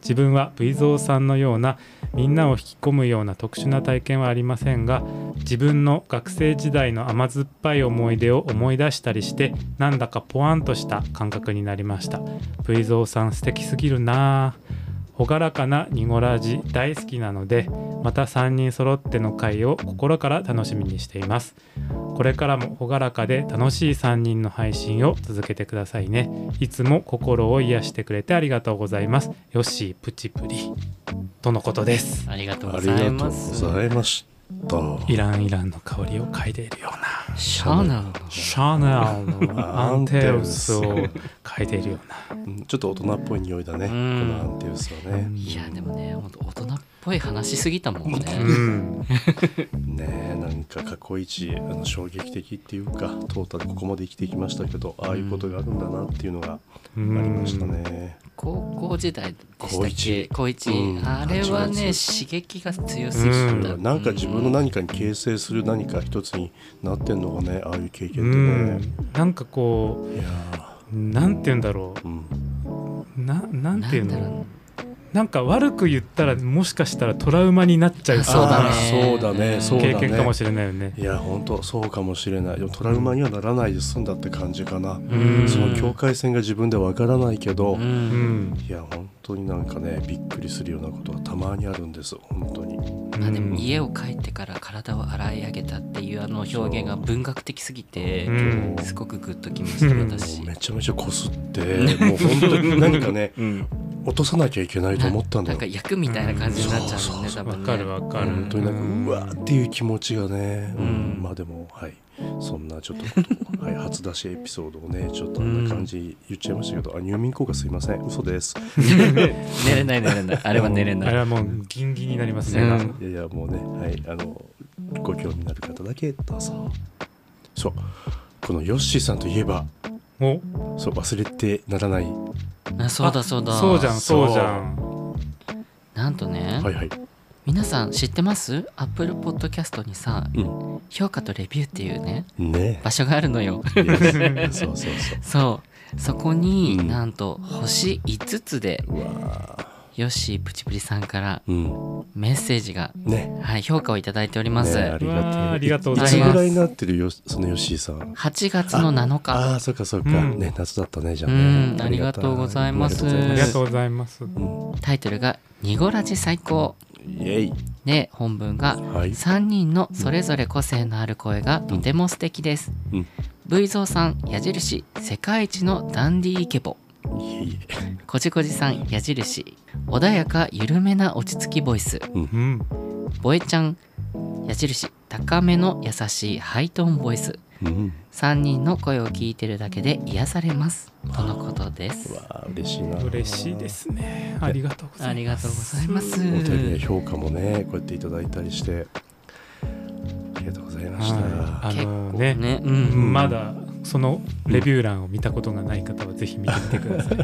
Speaker 3: 自分は V 蔵さんのようなみんなを引き込むような特殊な体験はありませんが自分の学生時代の甘酸っぱい思い出を思い出したりしてなんだかポワンとした感覚になりました V 蔵さん素敵すぎるなあ朗らかなニゴラジ大好きなのでまた3人揃っての会を心から楽しみにしていますこれからも朗らかで楽しい3人の配信を続けてくださいねいつも心を癒してくれてありがとうございますよっしープチプリとのことです
Speaker 4: ありがとう
Speaker 2: あ
Speaker 4: ご
Speaker 2: り
Speaker 4: ざい
Speaker 2: がと
Speaker 4: ま
Speaker 2: う
Speaker 4: す
Speaker 2: ございました。
Speaker 3: イランイランの香りを嗅いでいるような
Speaker 4: シャナの
Speaker 3: シャネルのアンテウスを嗅いでいるような
Speaker 2: うんちょっと大人っぽい匂いだね。
Speaker 4: うん
Speaker 2: このアンテウスはね。
Speaker 4: いやでもねほんと大人っぽい話しすぎたもんね
Speaker 3: うん、
Speaker 2: ねえなんか過去一あの衝撃的っていうかトータルここまで生きてきましたけどああいうことがあるんだなっていうのがあ
Speaker 3: う
Speaker 2: り
Speaker 3: ん
Speaker 2: ましたね。
Speaker 4: 高校時代でしたっけ
Speaker 2: 高
Speaker 4: 高一
Speaker 2: うん
Speaker 4: あれはね刺激が強すぎた、
Speaker 3: う
Speaker 2: なんか自分の何かに形成する何か一つになってんのがねああいう経験ってね。
Speaker 3: うんなんかこ
Speaker 2: いやー
Speaker 3: うなんて言うんだろ
Speaker 2: うん
Speaker 3: うななんて言う
Speaker 4: なんだろう
Speaker 3: の
Speaker 4: ね
Speaker 3: なんか悪く言ったらもしかしたらトラウマになっちゃう
Speaker 4: あそうだね
Speaker 2: あーそうだねそうだね
Speaker 3: 経験かもしれないよね
Speaker 2: いや本当そうかもしれないでもトラウマにはならないで済んだって感じかな、
Speaker 3: ん
Speaker 2: その境界線が自分でわからないけど、
Speaker 4: う
Speaker 3: うんん、
Speaker 2: いや本当になんかねびっくりするようなことはたまにあるんです本当に
Speaker 4: まあでも
Speaker 3: うん
Speaker 4: 家を帰ってから体を洗い上げたっていうあの表現が文学的すぎて
Speaker 3: うん
Speaker 4: すごくグッときました
Speaker 3: うん
Speaker 4: 私
Speaker 2: めちゃめちゃこすってもう本当に何か ね
Speaker 4: うん
Speaker 2: 落とさなきゃいけないと思ったん
Speaker 4: な
Speaker 2: だ
Speaker 4: ん
Speaker 2: よ
Speaker 4: か役みたいな感じになっちゃうもん
Speaker 2: うん
Speaker 4: ね
Speaker 2: そ
Speaker 4: 多
Speaker 3: わ
Speaker 4: 分ね
Speaker 3: かるわかる
Speaker 2: 本当になんかうわーっていう気持ちがね、うん
Speaker 4: うん
Speaker 2: まあでもはいそんなちょっとこと はい、初出しエピソードをねちょっとあんな感じ言っちゃいましたけど、あ入眠効果すいません嘘です
Speaker 4: 寝れない寝れないあ
Speaker 3: あ
Speaker 4: れは寝れな
Speaker 3: あれ
Speaker 4: い
Speaker 3: はもうギンギンになりますね、
Speaker 4: うん
Speaker 2: いやいやもうねはいあのご興味のある方だけどうぞそうこのヨッシーさんといえば
Speaker 3: お
Speaker 2: そう忘れてならない
Speaker 4: あそうだそうだ
Speaker 3: そうじゃんそうじゃん
Speaker 4: なんとね
Speaker 2: はいはい、
Speaker 4: 皆さん知ってますアップルポッドキャストにさ評価とレビューっていうね
Speaker 2: うん、 ね
Speaker 4: 場所があるのよ
Speaker 2: いやそうそうそ
Speaker 4: そうそこに
Speaker 2: うん
Speaker 4: なんと星5つで
Speaker 2: ううわー
Speaker 4: ヨッシープチプリさんから
Speaker 2: うん
Speaker 4: メッセージが
Speaker 2: ね
Speaker 4: はい評価をいただいております、
Speaker 2: ねありがて
Speaker 3: う
Speaker 2: え
Speaker 3: わーありがとう
Speaker 4: ございます
Speaker 2: つぐらいになってるよそのヨッシーさん
Speaker 4: 8月の7日
Speaker 2: ああーそっかそっか、
Speaker 3: うん
Speaker 2: ね夏だったねじゃあ
Speaker 4: うん
Speaker 2: ね
Speaker 4: ありがとうございます
Speaker 2: ありがとう
Speaker 3: あ
Speaker 2: ご
Speaker 3: り
Speaker 2: ざい
Speaker 3: が
Speaker 2: ます
Speaker 3: とうございます
Speaker 4: タイトルが「ニゴラジ最高
Speaker 2: うんイエイ」
Speaker 4: で本文が
Speaker 2: はい
Speaker 4: 3人のそれぞれ個性のある声がとても素敵です
Speaker 2: うん
Speaker 4: V ゾウさん矢印世界一のダンディイケボ
Speaker 2: イエイ
Speaker 4: こじこじさん矢印穏やか緩めな落ち着きボイス
Speaker 3: うん
Speaker 4: ボエちゃん矢印高めの優しいハイトーンボイス
Speaker 2: うん
Speaker 4: 3人の声を聞いてるだけで癒されますとのことです
Speaker 2: うわあ嬉しいな
Speaker 3: 嬉しいですねありがとうございます
Speaker 4: ありがとうございます
Speaker 2: 本当にね評価もねこうやっていただいたりしてありがとうございました、
Speaker 3: はい、あの
Speaker 4: 結構
Speaker 3: ね
Speaker 4: ねう
Speaker 3: うんんまだそのレビュー欄を見たことがない方はぜひ見てみてください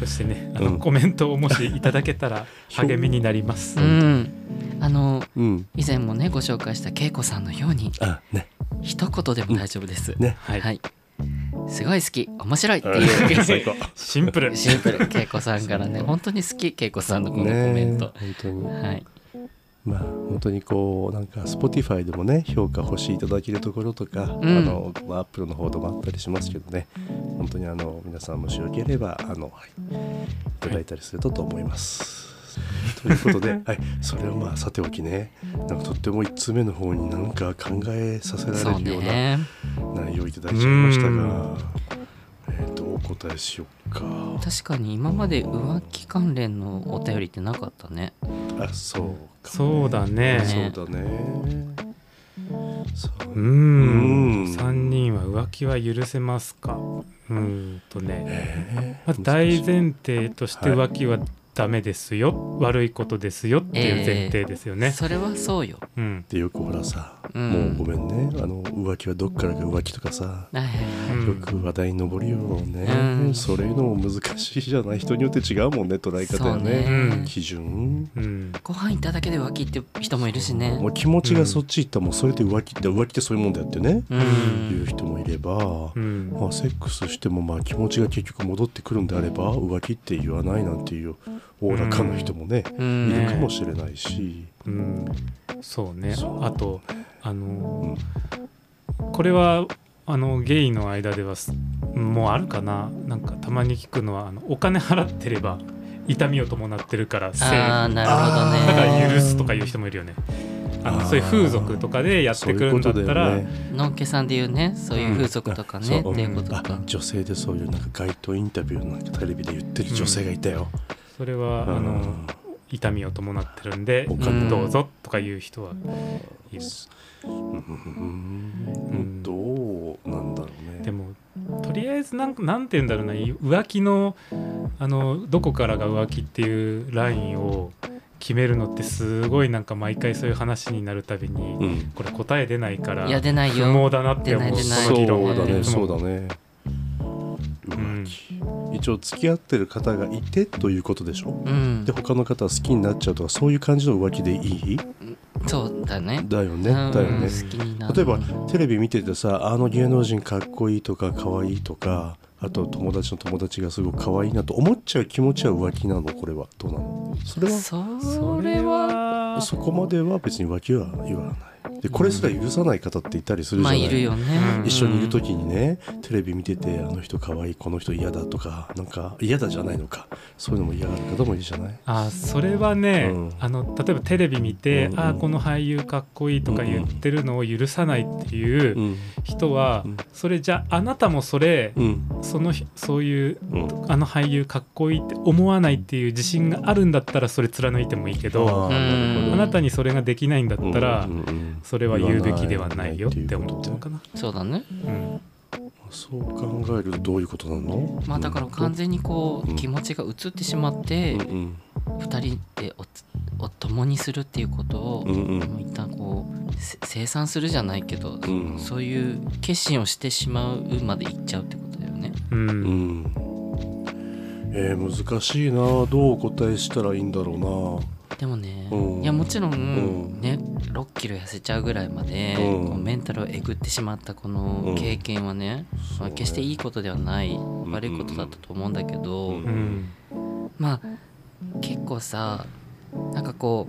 Speaker 3: そしてねあの、
Speaker 2: うん
Speaker 3: コメントをもしいただけたら励みになります、
Speaker 4: うんあの
Speaker 2: うん
Speaker 4: 以前もねご紹介した恵子さんのように
Speaker 2: あね
Speaker 4: 一言でも大丈夫です、
Speaker 2: ね
Speaker 3: はい、
Speaker 4: はいすごい好き面白いっていう
Speaker 2: 最高
Speaker 3: シンプル
Speaker 4: シンプル恵子さんからね本当に好き恵子さんのこのコメント、
Speaker 2: ね本当に
Speaker 4: はい
Speaker 2: まあ本当にこうなんか Spotify でもね評価欲しいいただけるところとか、
Speaker 4: うん
Speaker 2: あのまあ Apple の方でもあったりしますけどね本当にあの皆さんもしよければあの、はい、いただいたりするとと思います。ということで、はい、それをまあさておきねなんかとっても1通目の方になんか考えさせら
Speaker 4: そう
Speaker 2: れるような
Speaker 4: ね
Speaker 2: 内容をいただいちゃいました
Speaker 3: う
Speaker 2: が
Speaker 3: ん、
Speaker 2: えー、どうお答えしようか
Speaker 4: 確かに今まで浮気関連のお便りってなかったね
Speaker 2: あそうか
Speaker 3: そうだね
Speaker 4: ね
Speaker 2: そうだねそう
Speaker 3: う
Speaker 2: うんん
Speaker 3: 3人は浮気は許せますかうーんとね
Speaker 2: えー
Speaker 3: まず大前提として
Speaker 2: は
Speaker 3: 浮気はダメですよ、悪いことですよっていう前提ですよね、
Speaker 4: それはそうよ
Speaker 3: うん
Speaker 2: でよくほらさ、
Speaker 4: うん
Speaker 2: もうごめんねあの浮気はどっからか浮気とかさ、
Speaker 4: はいはいは
Speaker 3: うん
Speaker 2: よく話題に上るよね、
Speaker 4: うん
Speaker 2: そういうのも難しいじゃない人によって違うもんね捉え方
Speaker 4: そ
Speaker 2: よ
Speaker 4: う
Speaker 2: ね
Speaker 4: ね、
Speaker 3: うん
Speaker 2: 基準
Speaker 3: うん
Speaker 4: ご飯行っただけで浮気って人もいるしね
Speaker 2: もう気持ちがそっち行ったらもうそれで浮気って浮気ってそういうもんだよってね、
Speaker 4: う
Speaker 2: いうん人もいれば、
Speaker 3: うん
Speaker 2: まあ、セックスしてもまあ気持ちが結局戻ってくるんであれば浮気って言わないなんていうおおらかな人もね、
Speaker 4: う
Speaker 2: いる
Speaker 4: ん
Speaker 2: かもしれないし、
Speaker 3: うん、そうね
Speaker 2: そう
Speaker 3: あとあの
Speaker 2: うん
Speaker 3: これはあのゲイの間ではすもうあるかななんかたまに聞くのはあのお金払ってれば痛みを伴ってるから性
Speaker 4: あーな
Speaker 3: だ
Speaker 4: るほど
Speaker 3: か
Speaker 4: ね
Speaker 3: ら許すとかいう人もいるよねあの
Speaker 2: あー
Speaker 3: そういう風俗とかでやっ
Speaker 2: そう
Speaker 3: て
Speaker 2: い
Speaker 3: くる
Speaker 2: うんこと
Speaker 3: だっ
Speaker 2: だ
Speaker 3: た
Speaker 2: よ
Speaker 3: ら
Speaker 2: ね。
Speaker 4: のんけさんで言うねそういう風俗とかね、
Speaker 2: うん
Speaker 4: っていうこと
Speaker 2: あ
Speaker 4: か、
Speaker 2: 女性でそういうなんか街頭インタビューのなんかテレビで言ってる女性がいたよ、
Speaker 3: それはあ
Speaker 2: あの
Speaker 3: の痛みを伴ってるんで
Speaker 2: お
Speaker 4: 金
Speaker 3: どうぞとかいう人はいる
Speaker 2: うんどうなんだろうね
Speaker 3: でもとりあえずなんかなんて言うんだろうな浮気のあのどこからが浮気っていうラインを決めるのってすごいなんか毎回そういう話になるたびに、
Speaker 2: うん
Speaker 3: これ答え出ないから
Speaker 4: いや出ない
Speaker 3: 不
Speaker 4: よ
Speaker 3: 毛だなって思う
Speaker 4: 出ない
Speaker 3: この議論
Speaker 2: そ
Speaker 3: は
Speaker 2: うだね
Speaker 3: いつも
Speaker 2: そうだね浮気、一応付き合ってる方がいてということでしょ
Speaker 4: うん
Speaker 2: で他の方は好きになっちゃうとかそういう感じの浮気でいい
Speaker 4: そうだね
Speaker 2: だよね
Speaker 4: うん
Speaker 2: だよね
Speaker 4: 好きになる
Speaker 2: 例えばテレビ見ててさあの芸能人かっこいいとかかわいいとかあと友達の友達がすごくかわいいなと思っちゃう気持ちは浮気なのこれはどうなのそれは
Speaker 4: そ
Speaker 3: そ
Speaker 4: れ
Speaker 3: れ
Speaker 4: は
Speaker 3: は
Speaker 2: そこまでは別に浮気は言わないでこれすら許さない方っていたりするじ
Speaker 4: ま
Speaker 2: ゃ
Speaker 4: あ
Speaker 2: ない、
Speaker 4: いるよね、
Speaker 3: うん
Speaker 2: 一緒にいる時にねテレビ見ててあの人かわいいこの人嫌だとかなんか嫌だじゃないのかそういうのも嫌がる方もいるじゃない
Speaker 3: あそれはね、
Speaker 2: うん
Speaker 3: あの例えばテレビ見て、
Speaker 2: うんうん
Speaker 3: あこの俳優かっこいいとか言ってるのを許さないっていう
Speaker 2: うん
Speaker 3: 人は、
Speaker 2: うん
Speaker 3: それじゃああなたもそれ、
Speaker 2: うん
Speaker 3: そのひそういう
Speaker 2: うん
Speaker 3: あの俳優かっこいいって思わないっていう自信があるんだったらそれ貫いてもいいけど
Speaker 2: あーなる
Speaker 4: うん
Speaker 2: ほど
Speaker 3: あなたにそれができないんだったら
Speaker 2: うんうんうん
Speaker 3: それは言うべきではないよって思っちゃうかな。
Speaker 4: そうだね
Speaker 3: うん
Speaker 2: そう考えるとどういうことなの
Speaker 4: まあだから完全にこ
Speaker 2: う
Speaker 4: うん気持ちが移ってしまって
Speaker 2: うんうん
Speaker 4: 二人でおつお共にするっていうことを
Speaker 2: うんうん
Speaker 4: もう一旦こうせ清算するじゃないけど
Speaker 2: ん
Speaker 4: そういう決心をしてしまうまでいっちゃうってことだよね
Speaker 3: う
Speaker 2: うんんえー、難しいなどうお答えしたらいいんだろ
Speaker 4: でもね
Speaker 2: うん
Speaker 4: いやもちろ
Speaker 2: うん
Speaker 4: んね6キロ痩せちゃうぐらいまで
Speaker 2: うん
Speaker 4: こうメンタルをえぐってしまったこ
Speaker 2: う
Speaker 4: の
Speaker 2: ん
Speaker 4: 経験はね
Speaker 2: そう
Speaker 4: まあ
Speaker 2: ね
Speaker 4: 決していいことではない
Speaker 2: ん
Speaker 4: 悪いことだったと思うんだけど、
Speaker 2: うん
Speaker 3: うん
Speaker 4: まあ結構さなんかこ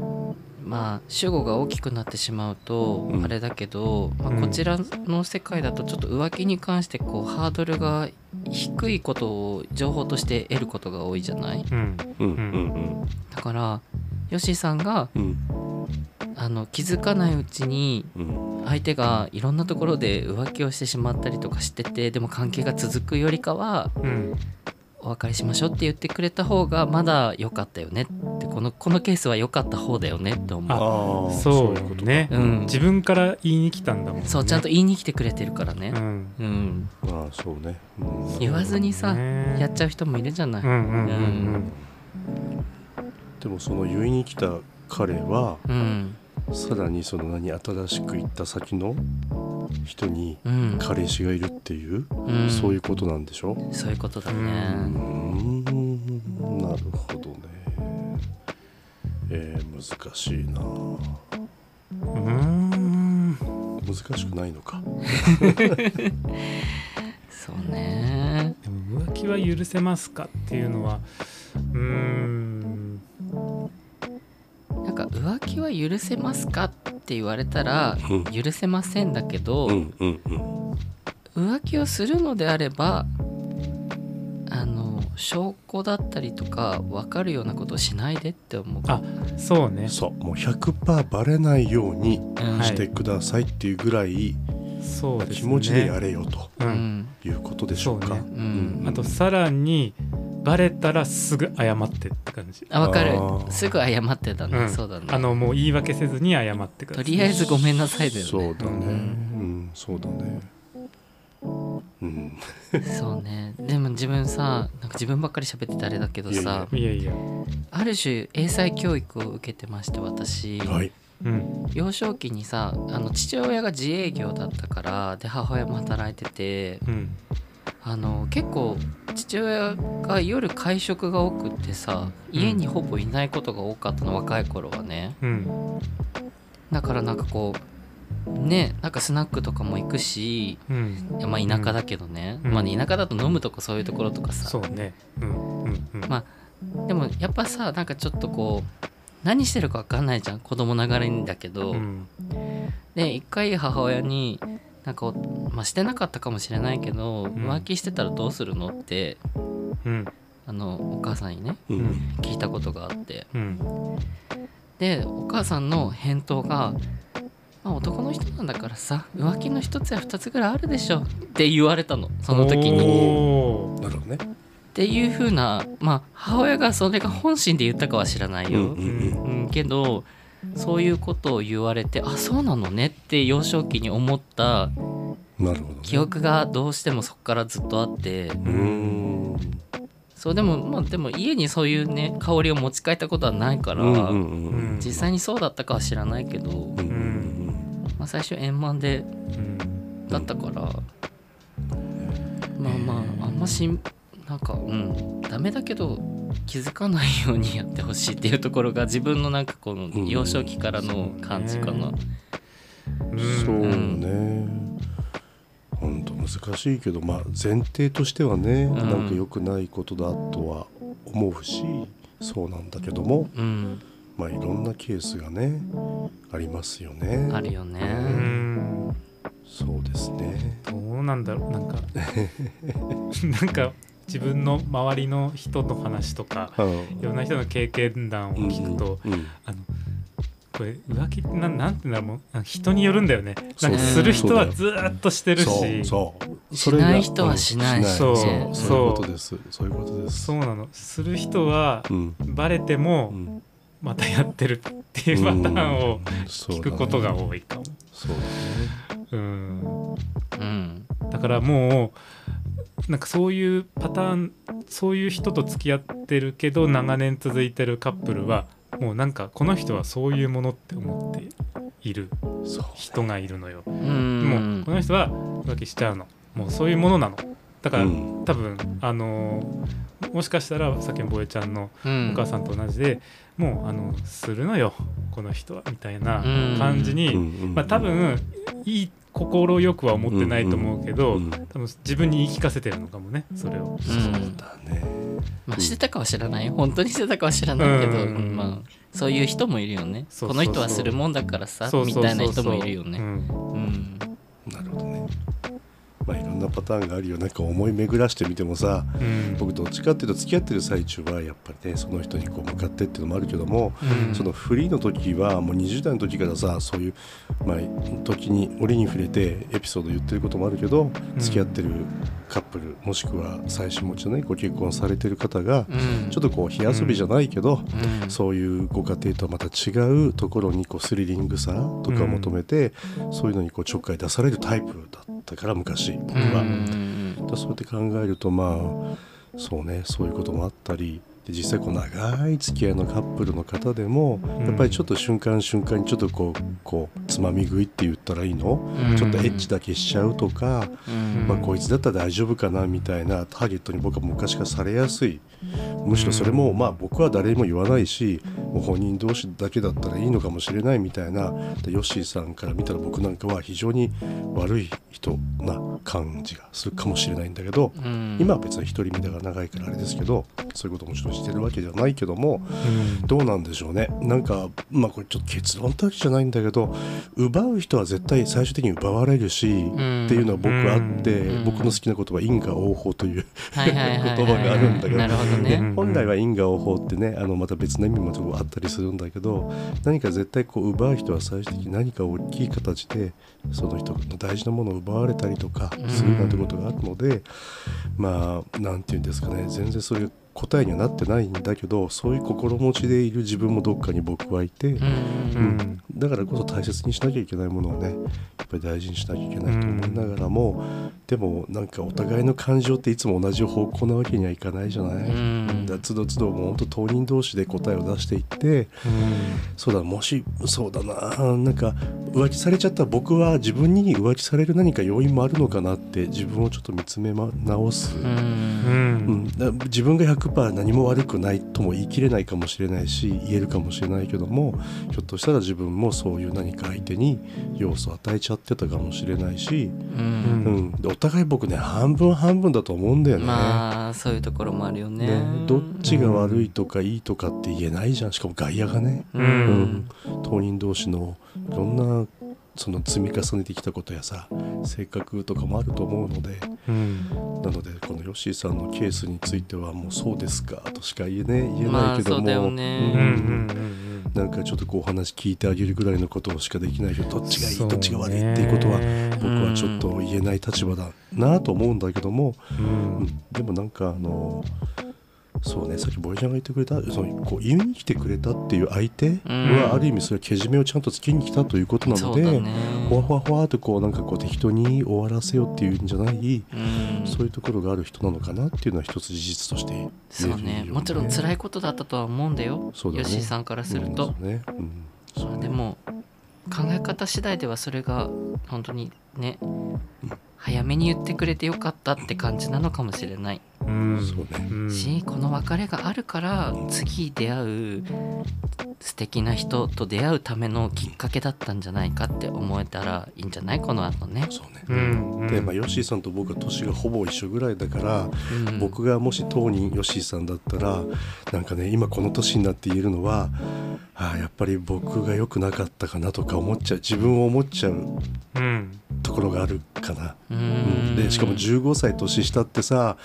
Speaker 4: うまあ主語が大きくなってしまうと
Speaker 2: うん
Speaker 4: あれだけど、まあ
Speaker 3: うん
Speaker 4: こちらの世界だとちょっと浮気に関してこうハードルが低いことを情報として得ることが多いじゃない
Speaker 3: うん
Speaker 2: ううんうん
Speaker 4: だからヨシさんが
Speaker 2: うん
Speaker 4: あの気づかないうちに
Speaker 2: うん
Speaker 4: 相手がいろんなところで浮気をしてしまったりとかしててでも関係が続くよりかは
Speaker 3: うん
Speaker 4: お別れしましょうって言ってくれた方がまだ良かったよねってこのこのケースは良かった方だよねって思う
Speaker 2: ああ
Speaker 3: そう
Speaker 2: いうこと
Speaker 3: ね、
Speaker 4: うん
Speaker 3: 自分から言いに来たんだもんね
Speaker 4: そうちゃんと言いに来てくれてるからね
Speaker 3: うん
Speaker 4: うん、
Speaker 2: ああそうね、うん
Speaker 4: 言わずにさ、
Speaker 3: ね
Speaker 4: やっちゃう人もいるじゃない、
Speaker 3: うんうんうんうん
Speaker 2: でもその言いに来た彼は
Speaker 4: うん
Speaker 2: さらにその何新しく行った先の人に
Speaker 4: うん
Speaker 2: 彼氏がいるっていう、
Speaker 4: うん
Speaker 2: そういうことなんでしょ
Speaker 4: そういうことだね、
Speaker 2: うーんなるほどねえー、難しいな
Speaker 3: うーん
Speaker 2: 難しくないのか
Speaker 4: そうね
Speaker 3: でも浮気は許せますかっていうのはうーん
Speaker 4: なんか浮気は許せますかって言われたら
Speaker 2: うん
Speaker 4: 許せませんだけど、
Speaker 2: うんうんうん
Speaker 4: 浮気をするのであればあの証拠だったりとか分かるようなことをしないでって思う
Speaker 3: あそうね
Speaker 2: そうもう100%バレないように
Speaker 4: うん
Speaker 2: してくださいっていうぐらい
Speaker 3: そう
Speaker 2: な
Speaker 3: ですね
Speaker 2: 気持ちでやれよと
Speaker 3: う
Speaker 4: うんん
Speaker 2: いうことでしょうか
Speaker 3: そうね
Speaker 4: うん
Speaker 3: あとさらにバレたらすぐ謝ってって感じ
Speaker 4: あ分か
Speaker 2: あ
Speaker 4: る
Speaker 2: ー
Speaker 4: すぐ謝ってたね、
Speaker 3: うん
Speaker 4: そうだね
Speaker 3: あのもう言い訳せずに謝ってく
Speaker 4: と
Speaker 3: ださ
Speaker 4: りあえずごめんなさいだよね
Speaker 2: そうだね
Speaker 3: う
Speaker 2: うんんそうだねうん
Speaker 4: そうねでも自分さなんか自分ばっかり喋っててあれだけどさ
Speaker 2: いやいや
Speaker 3: いいやいや
Speaker 4: ある種英才教育を受けてまして私、
Speaker 2: はい
Speaker 3: うん
Speaker 4: 幼少期にさあの父親が自営業だったからで母親も働いてて
Speaker 3: うん
Speaker 4: あの結構父親が夜会食が多くってさ
Speaker 3: うん
Speaker 4: 家にほぼいないことが多かったの若い頃はね
Speaker 3: うん
Speaker 4: だからなんかこうねなんかスナックとかも行くし
Speaker 3: うん
Speaker 4: まあ田舎だけどね、
Speaker 3: うん
Speaker 4: まあ田舎だと飲むとかそういうところとかさ
Speaker 3: そうねうんうんうん
Speaker 4: までもやっぱさなんかちょっとこう何してるか分かんないじゃん子供ながらにだけど、
Speaker 3: うん
Speaker 4: で一回母親になんかお、まあ、してなかったかもしれないけど、
Speaker 3: ん
Speaker 4: 浮気してたらどうするのって
Speaker 3: うん
Speaker 4: あのお母さんにね
Speaker 2: うん
Speaker 4: 聞いたことがあって
Speaker 3: うん
Speaker 4: でお母さんの返答が「まあ、男の人なんだからさ浮気の一つや二つぐらいあるでしょ」って言われたのその時に。
Speaker 3: おー
Speaker 2: なるほどね
Speaker 4: っていう風なまあ母親がそれが本心で言ったかは知らないよ、
Speaker 2: うんう
Speaker 4: う
Speaker 2: ん
Speaker 4: ん、けどそういうことを言われてあそうなのねって幼少期に思った
Speaker 2: うんなるほどね
Speaker 4: 記憶がどうしてもそこからずっとあって
Speaker 2: うーん
Speaker 4: そうでもまあでも家にそういうね香りを持ち帰ったことはないから、
Speaker 2: うんうんうん
Speaker 3: うん
Speaker 4: 実際にそうだったかは知らないけど、
Speaker 2: うんうんうん
Speaker 4: まあ、最初円満で
Speaker 3: うん
Speaker 4: だったから、まあまああんましんなんかうんダメだけど気づかないようにやってほしいっていうところが自分のなんかこの
Speaker 2: ん
Speaker 4: 幼少期からの感じかな。
Speaker 3: うん
Speaker 2: そうね本当難しいけどまあ前提としてはね、
Speaker 4: ん
Speaker 2: なんか良くないことだとは思うしそうなんだけども
Speaker 4: うん、
Speaker 2: まあいろんなケースがねありますよね
Speaker 4: あるよね。
Speaker 3: うん
Speaker 2: そうですね
Speaker 3: どうなんだろうなんか なんか自分の周りの人の話とかいろんな人の経験談を聞くと、
Speaker 2: うんうん
Speaker 3: あのこれ浮気ってなんなんていうんだろうもうなんか人によるんだよねなんか
Speaker 4: そう
Speaker 3: する人は
Speaker 2: うん
Speaker 3: ずーっとしてるし、
Speaker 2: そうそうそ
Speaker 4: しな
Speaker 2: が
Speaker 4: い人はしない
Speaker 2: うん
Speaker 3: そう
Speaker 2: そう
Speaker 3: そう
Speaker 2: そういうことですそういうことです
Speaker 3: そうなのする人は
Speaker 2: うん
Speaker 3: バレて
Speaker 2: う
Speaker 3: も
Speaker 2: ん
Speaker 3: またやってるっていうパターンを聞くことが多いかも、
Speaker 2: そうだね
Speaker 3: うん、
Speaker 4: うん、
Speaker 3: だからもうなんかそういうパターンそういう人と付き合ってるけど長年続いてるカップルはもうなんかこの人はそういうものって思っている
Speaker 2: そう
Speaker 3: 人がいるのよ
Speaker 4: う
Speaker 3: で
Speaker 4: ん
Speaker 3: もこの人は浮気しちゃうのもうそういうものなのだから、
Speaker 2: うん
Speaker 3: 多分あのーもしかしたらさっきのボエちゃんの
Speaker 4: う
Speaker 3: お
Speaker 4: ん
Speaker 3: 母さんと同じで、もうあのするのよこの人はみたいな
Speaker 4: うん
Speaker 3: 感じに、
Speaker 2: うんうん
Speaker 3: まあ、多分いい心よくは思ってないと思うけど、
Speaker 2: うん
Speaker 3: 多分自分に言い聞かせてるのかもねそれを。
Speaker 4: うん
Speaker 2: だね
Speaker 4: まあ、してたかは知らない本当にしてたかは知らないけど、
Speaker 3: うん
Speaker 4: まあ、そういう人もいるよね
Speaker 3: そうそうそう
Speaker 4: この人はするもんだからさ
Speaker 3: そうそうそうそう
Speaker 4: みたいな人もいるよね。
Speaker 3: うん
Speaker 4: うん
Speaker 2: なるほどねまあ、いろんなパターンがあるよなんか思い巡らしてみてもさ
Speaker 3: うん
Speaker 2: 僕どっちかっていうと付き合ってる最中はやっぱりねその人にこう向かってっていうのもあるけども、
Speaker 3: うん
Speaker 2: そのフリーの時はもう20代の時からさそういう、まあ、時に折に触れてエピソード言ってることもあるけど、
Speaker 3: うん
Speaker 2: 付き合ってるカップルもしくは最新持ちのねご結婚されてる方が、
Speaker 4: うん
Speaker 2: ちょっとこう火遊びじゃないけど、
Speaker 4: うん
Speaker 2: そういうご家庭とはまた違うところにこうスリリングさとかを求めて、そういうのにこうちょっかい出されるタイプだったから昔僕
Speaker 4: うん
Speaker 2: は。だそうやって考えるとまあそうねそういうこともあったりで実際こう長い付き合いのカップルの方でも、
Speaker 3: うん
Speaker 2: やっぱりちょっと瞬間瞬間にちょっとこうこうつまみ食いって言ったらいいの、
Speaker 4: うん
Speaker 2: ちょっとエッチだけしちゃうとか、
Speaker 4: うん
Speaker 2: まあ、こいつだったら大丈夫かなみたいなターゲットに僕は昔からされやすいむしろそれもまあ僕は誰にも言わないしもう本人同士だけだったらいいのかもしれないみたいなでヨッシーさんから見たら僕なんかは非常に悪い人な感じがするかもしれないんだけど
Speaker 4: うん
Speaker 2: 今は別に一人目だが長いからあれですけどそういうこともちろんしてるわけじゃないけども
Speaker 3: うん
Speaker 2: どうなんでしょうねなんかまあこれちょっと結論だけじゃないんだけど奪う人は絶対最終的に奪われるし、
Speaker 4: ん
Speaker 2: っていうのは僕あって、
Speaker 4: うん
Speaker 2: 僕の好きな言葉因果応報という、
Speaker 4: はいはいはいはい
Speaker 2: 言葉があるんだけど
Speaker 4: なるほど
Speaker 3: う
Speaker 4: ね
Speaker 3: ん
Speaker 2: 本来は因果応報ってねあのまた別の意味もちょっとあったりするんだけど何か絶対こう奪う人は最終的に何か大きい形でその人の大事なものを奪われたりとかするなんてことがあるので、まあなんていうんですかね全然そういう答えにはなってないんだけどそういう心持ちでいる自分もどっかに僕はいて。
Speaker 4: うん
Speaker 3: うん
Speaker 2: だからこそ大切にしなきゃいけないものをねやっぱり大事にしなきゃいけないと思いながらも、でもなんかお互いの感情っていつも同じ方向なわけにはいかないじゃない、
Speaker 4: うん
Speaker 2: だつどつどもうほんと当人同士で答えを出していってそうだもしそうだななんか浮気されちゃった僕は自分に浮気される何か要因もあるのかなって自分をちょっと見つめま直す。
Speaker 4: う
Speaker 3: うん
Speaker 2: うんん、だ自分が100%何も悪くないとも言い切れないかもしれないし言えるかもしれないけどもひょっとしたら自分もそういう何か相手に要素を与えちゃってたかもしれない
Speaker 4: う
Speaker 2: し、
Speaker 4: ん
Speaker 2: うん、でお互い僕ね半分半分だと思うんだよね。
Speaker 4: まあそういうところもあるよね
Speaker 2: ねどっちが悪いとかいいとかって言えないじゃんしかも外野がね、
Speaker 4: う
Speaker 2: うんん、当人同士のいろんなその積み重ねてきたことやさ性格とかもあると思うので。
Speaker 3: うん
Speaker 2: なのでこのヨッシーさんのケースについてはもうそうですかとしか言え,、ね、言え
Speaker 4: ま
Speaker 2: な
Speaker 4: あ
Speaker 2: いけ
Speaker 4: そ
Speaker 2: ど
Speaker 4: う
Speaker 2: も、
Speaker 4: だよね
Speaker 3: うんう
Speaker 2: うんんなんかちょっとこうお話聞いてあげるぐらいのことをしかできないけどどっちがいい、
Speaker 3: そうね
Speaker 2: どっちが悪いっていうことは僕
Speaker 4: ん
Speaker 2: はちょっと言えない立場だなと思うんだけども、
Speaker 3: う
Speaker 2: うんんでもなんかあのそうねさっきボイちゃんが言ってくれたそのこう言いに来てくれたっていう相手はある意味それはけじめをちゃんとつけに来たということな
Speaker 4: そ
Speaker 2: の
Speaker 4: うだ
Speaker 2: で。
Speaker 4: ね
Speaker 2: ほわほわほわとこうなんかこう適当に終わらせようっていうんじゃない、
Speaker 4: うん
Speaker 2: そういうところがある人なのかなっていうのは一つ事実として言えるよ、
Speaker 4: そうねもちろん辛いことだったとは思うんだよ
Speaker 2: そうだね
Speaker 4: 吉井さんからする
Speaker 2: うん
Speaker 4: と
Speaker 2: そうねうんそうね
Speaker 4: でも考え方次第ではそれが本当にね早めに言ってくれてよかったって感じなのかもしれない
Speaker 3: うん
Speaker 2: そうね
Speaker 3: うん
Speaker 4: しこの別れがあるから次出会う素敵な人と出会うためのきっかけだったんじゃないかって思えたらいいんじゃないこの後ね、
Speaker 2: そうね、
Speaker 3: うん
Speaker 2: でまあヨッシーさんと僕は年がほぼ一緒ぐらいだから、
Speaker 4: うん
Speaker 2: 僕がもし当人ヨッシーさんだったらなんかね今この年になって言えるのはああやっぱり僕が良くなかったかなとか思っちゃう自分を思っちゃう
Speaker 3: うん
Speaker 2: ところがあるかな
Speaker 4: う
Speaker 2: うん
Speaker 4: ん
Speaker 2: でしかも15歳年下ってさ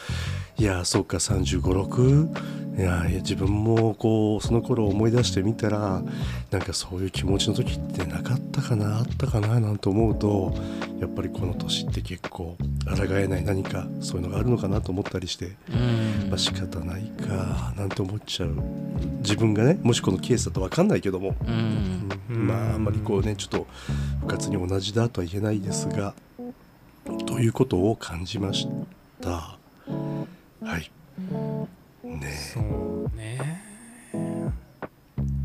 Speaker 2: いやーそうか3536いやーいや自分もこうその頃思い出してみたらなんかそういう気持ちの時ってなかったかなあったかななんて思うとやっぱりこの年って結構抗えない何かそういうのがあるのかなと思ったりして、
Speaker 4: うん
Speaker 2: まあ、仕方ないかなんて思っちゃう自分がねもしこのケースだと分かんないけども、
Speaker 4: うん
Speaker 3: うん
Speaker 2: まああんまりこうねちょっと不活に同じだとは言えないですがということを感じましたはいね
Speaker 3: そうね
Speaker 2: え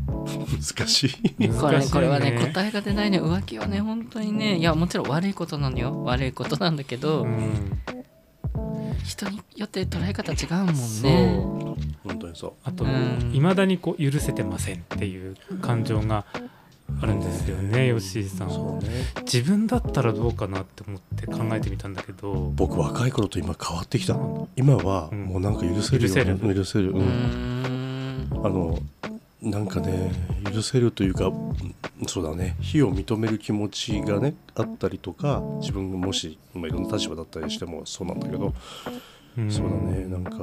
Speaker 2: 難しい
Speaker 4: これ
Speaker 3: 難しい
Speaker 4: これはね答えが出ないね浮気はね本当にねいやもちろん悪いことなのよ悪いことなんだけど、
Speaker 3: うん
Speaker 4: 人によって捉え方違うもんね
Speaker 3: そう
Speaker 2: 本当にそ
Speaker 3: あと
Speaker 4: うん
Speaker 3: いまだにこう許せてませんっていう感情があるんですよね吉井さ
Speaker 2: うんそうね
Speaker 3: 自分だったらどうかなって思って考えてみたんだけど
Speaker 2: 僕若い頃と今変わってきた今は
Speaker 3: うん
Speaker 2: もうなんか許せるよ、
Speaker 3: 許せる
Speaker 2: 許せる、うん
Speaker 4: うーん
Speaker 2: あのなんかね許せるというかうんそうだね非を認める気持ちがねあったりとか自分がもし、まあ、いろんな立場だったりしてもそうなんだけど、
Speaker 3: うん
Speaker 2: そうだねなんか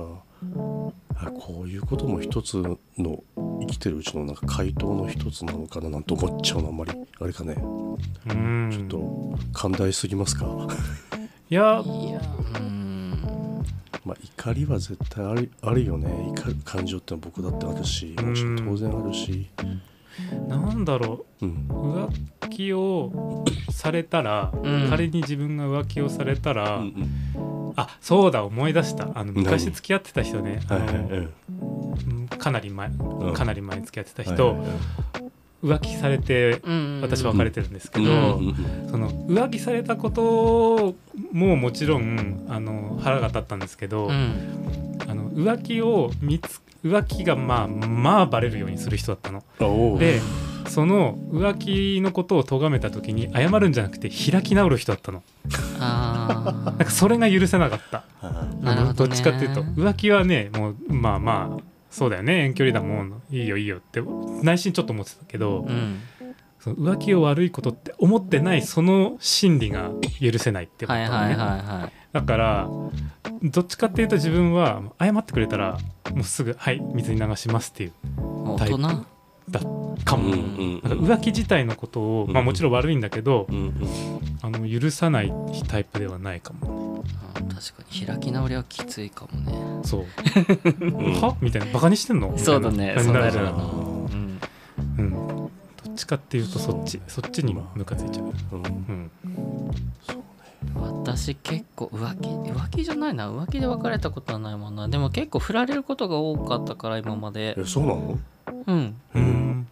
Speaker 2: あこういうことも一つの生きてるうちのなんか回答の一つなのかななんて思っちゃうのあんまりあれかね
Speaker 3: うん
Speaker 2: ちょっと寛大すぎますか
Speaker 3: いや
Speaker 4: いやうん
Speaker 2: まあ怒りは絶対あるあるよね怒る感情ってのは僕だってあるし
Speaker 3: うん
Speaker 2: もちろん当然あるし、
Speaker 3: なんだろ
Speaker 2: うん
Speaker 3: う、浮気をされたら、
Speaker 4: うん
Speaker 3: 仮に自分が浮気をされたら、
Speaker 2: うんうん
Speaker 3: あそうだ思い出したあの昔
Speaker 2: 何
Speaker 3: 付き合ってた人ね、あ
Speaker 2: はい
Speaker 3: の
Speaker 2: はいうん
Speaker 3: うんかなり前
Speaker 2: うん
Speaker 3: かなり前に付き合ってた
Speaker 2: はい
Speaker 3: 人、
Speaker 2: はいはい
Speaker 3: 浮気されて
Speaker 4: うん
Speaker 3: 私別れてるんですけ
Speaker 2: け
Speaker 3: ど、
Speaker 2: ど、
Speaker 3: その浮気されたことももちろんあの腹が立ったんですけど、
Speaker 4: うん
Speaker 3: あの浮気を見つ浮気がまあまあバレるようにする人だったの。
Speaker 2: で
Speaker 3: でその浮気のことを咎めた時に謝るんじゃなくて開き直る人だったの
Speaker 4: あ
Speaker 3: なんかそれが許せなかった
Speaker 4: ーなるほど、ね、
Speaker 3: っちかっていうと浮気はねもうまあまあそうだよね遠距離だもんいいよいいよって内心ちょっと思ってたけ ど、
Speaker 4: うん
Speaker 3: その浮気を悪いことって思ってないその心理が許せないってこと
Speaker 4: は
Speaker 3: だ
Speaker 4: い
Speaker 3: ね、
Speaker 4: はいはいは
Speaker 3: だからどっちかっていうと自分は謝ってくれたらもうすぐ「はい水に流します」っていう
Speaker 4: い
Speaker 3: タイ
Speaker 4: 大
Speaker 3: プ
Speaker 4: 人
Speaker 3: かも、
Speaker 4: うん
Speaker 3: なんか浮気自体のことを、まあ、もちろん悪いんだけど、あの許さないタイプではないかも
Speaker 4: あー確かに開き直りはきついかもね
Speaker 3: そうはみたいなバカにしてんのみたいな
Speaker 4: そうだね
Speaker 3: 感じになる
Speaker 4: そうなる
Speaker 3: じゃん
Speaker 4: ようん
Speaker 3: うんどっちかっていうとそっちそっちにムカついちゃう、うん、
Speaker 4: 私結構浮気浮気じゃないな浮気で別れたことはないもんなでも結構振られることが多かったから今まで
Speaker 2: えそうなの
Speaker 4: うん
Speaker 2: う
Speaker 3: うんん、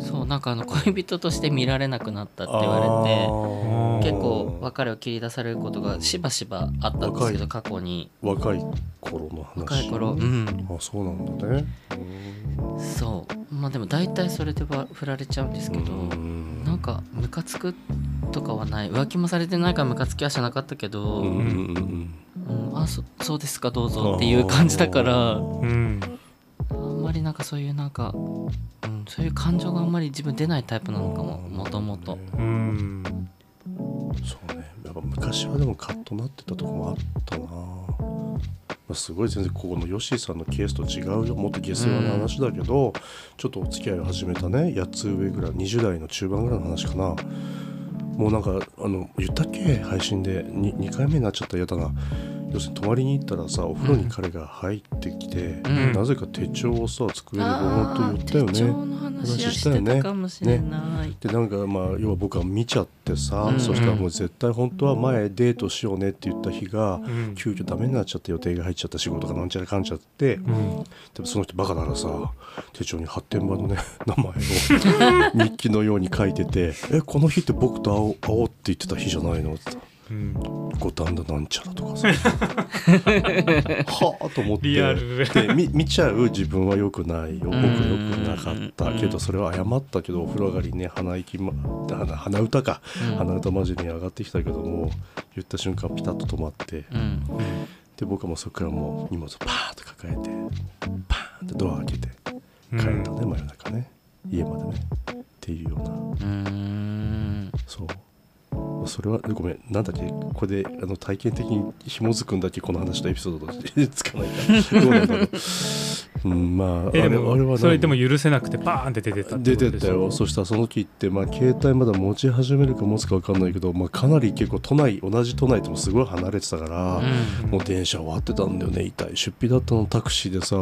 Speaker 4: そうなんかあの恋人として見られなくなったって
Speaker 2: あー
Speaker 4: 言われて
Speaker 3: ー
Speaker 4: 結構別れを切り出されることがしばしばあったんですけど過去に
Speaker 2: 若い頃の話
Speaker 4: 若い頃うん
Speaker 2: あそうなんだね
Speaker 4: そうまあでも大体それでは振られちゃうんですけど
Speaker 2: ん
Speaker 4: なんかムカつくとかはない浮気もされてないからムカつきはしなかったけど、
Speaker 2: うん
Speaker 4: う
Speaker 2: うんんうん
Speaker 4: あそそうですかどう
Speaker 2: うん
Speaker 4: ぞっていう感じだから
Speaker 3: うん、
Speaker 4: あんまりなんかそういうなんか、うん、そういう感情があんまり自分出ないタイプなのかももともと
Speaker 3: うん、
Speaker 2: そうねやっぱ昔はでもカッとなってたとこもあったな、まあ、すごい全然ここのヨッシーさんのケースと違うよもっと下世話な話だけど、ちょっとお付き合いを始めたね8つ上ぐらい20代の中盤ぐらいの話かなもうなんかあの言ったっけ配信で 2, 回目になっちゃったら嫌だな要するに泊まりに行ったらさお風呂に彼が入ってきて、
Speaker 4: うん
Speaker 2: なぜか手帳をさ机にボーン
Speaker 4: あ
Speaker 2: と
Speaker 4: ー
Speaker 2: 言った
Speaker 4: 手
Speaker 2: よ
Speaker 4: 帳
Speaker 2: ね。
Speaker 4: の話は
Speaker 2: 話し
Speaker 4: した
Speaker 2: よ
Speaker 4: て
Speaker 2: ね
Speaker 4: たかもしれない、
Speaker 2: でなんかまあ要は僕は見ちゃってさ、
Speaker 4: うんうん
Speaker 2: そしたらもう絶対本当は前デートしようねって言った日が
Speaker 3: うん
Speaker 2: 急遽ダメになっちゃって予定が入っちゃった仕事がなんちゃらかんちゃってで
Speaker 3: うん、
Speaker 2: もその人バカだからさ手帳に発展場のね 名前を日記のように書いてて「えこの日って僕と会おう会おうって言ってた日じゃないの?」って言ったら
Speaker 3: うん、
Speaker 2: 五反田なんちゃらとかさ はあと思って
Speaker 3: リアル
Speaker 2: でみ見ちゃう自分は良くないよ僕良くなかったけ
Speaker 4: う
Speaker 2: ど
Speaker 4: ん
Speaker 2: それは謝ったけどお風呂上がりね鼻息、ま、鼻鼻歌か
Speaker 4: うん
Speaker 2: 鼻歌マジに上がってきたけども言った瞬間ピタッと止まって
Speaker 4: うん
Speaker 2: で僕はもうそこからもう荷物をパーッと抱えてパーンとドア開けて
Speaker 3: うん
Speaker 2: 帰ったね真夜中ね家までねっていうような
Speaker 4: うーん
Speaker 2: そうそれはごめんなんだっけこれであの体験的に紐づくんだっけこの話とエピソードとつかないからどうなんだろ う、うん、まああ
Speaker 3: え
Speaker 2: れ
Speaker 3: で
Speaker 2: あれは
Speaker 3: も
Speaker 2: 何
Speaker 3: それでも許せなくてバーンって出てたっ
Speaker 2: 出
Speaker 3: てこ
Speaker 2: て
Speaker 3: と
Speaker 2: っ
Speaker 3: で
Speaker 2: た
Speaker 3: しょ
Speaker 2: よそしたらその時って、まあ、携帯まだ持ち始めるか持つか分かんないけど、まあ、かなり結構都内同じ都内でもすごい離れてたから、
Speaker 4: うん
Speaker 2: もう電車終わってたんだよね痛い出費だったのタクシーでさ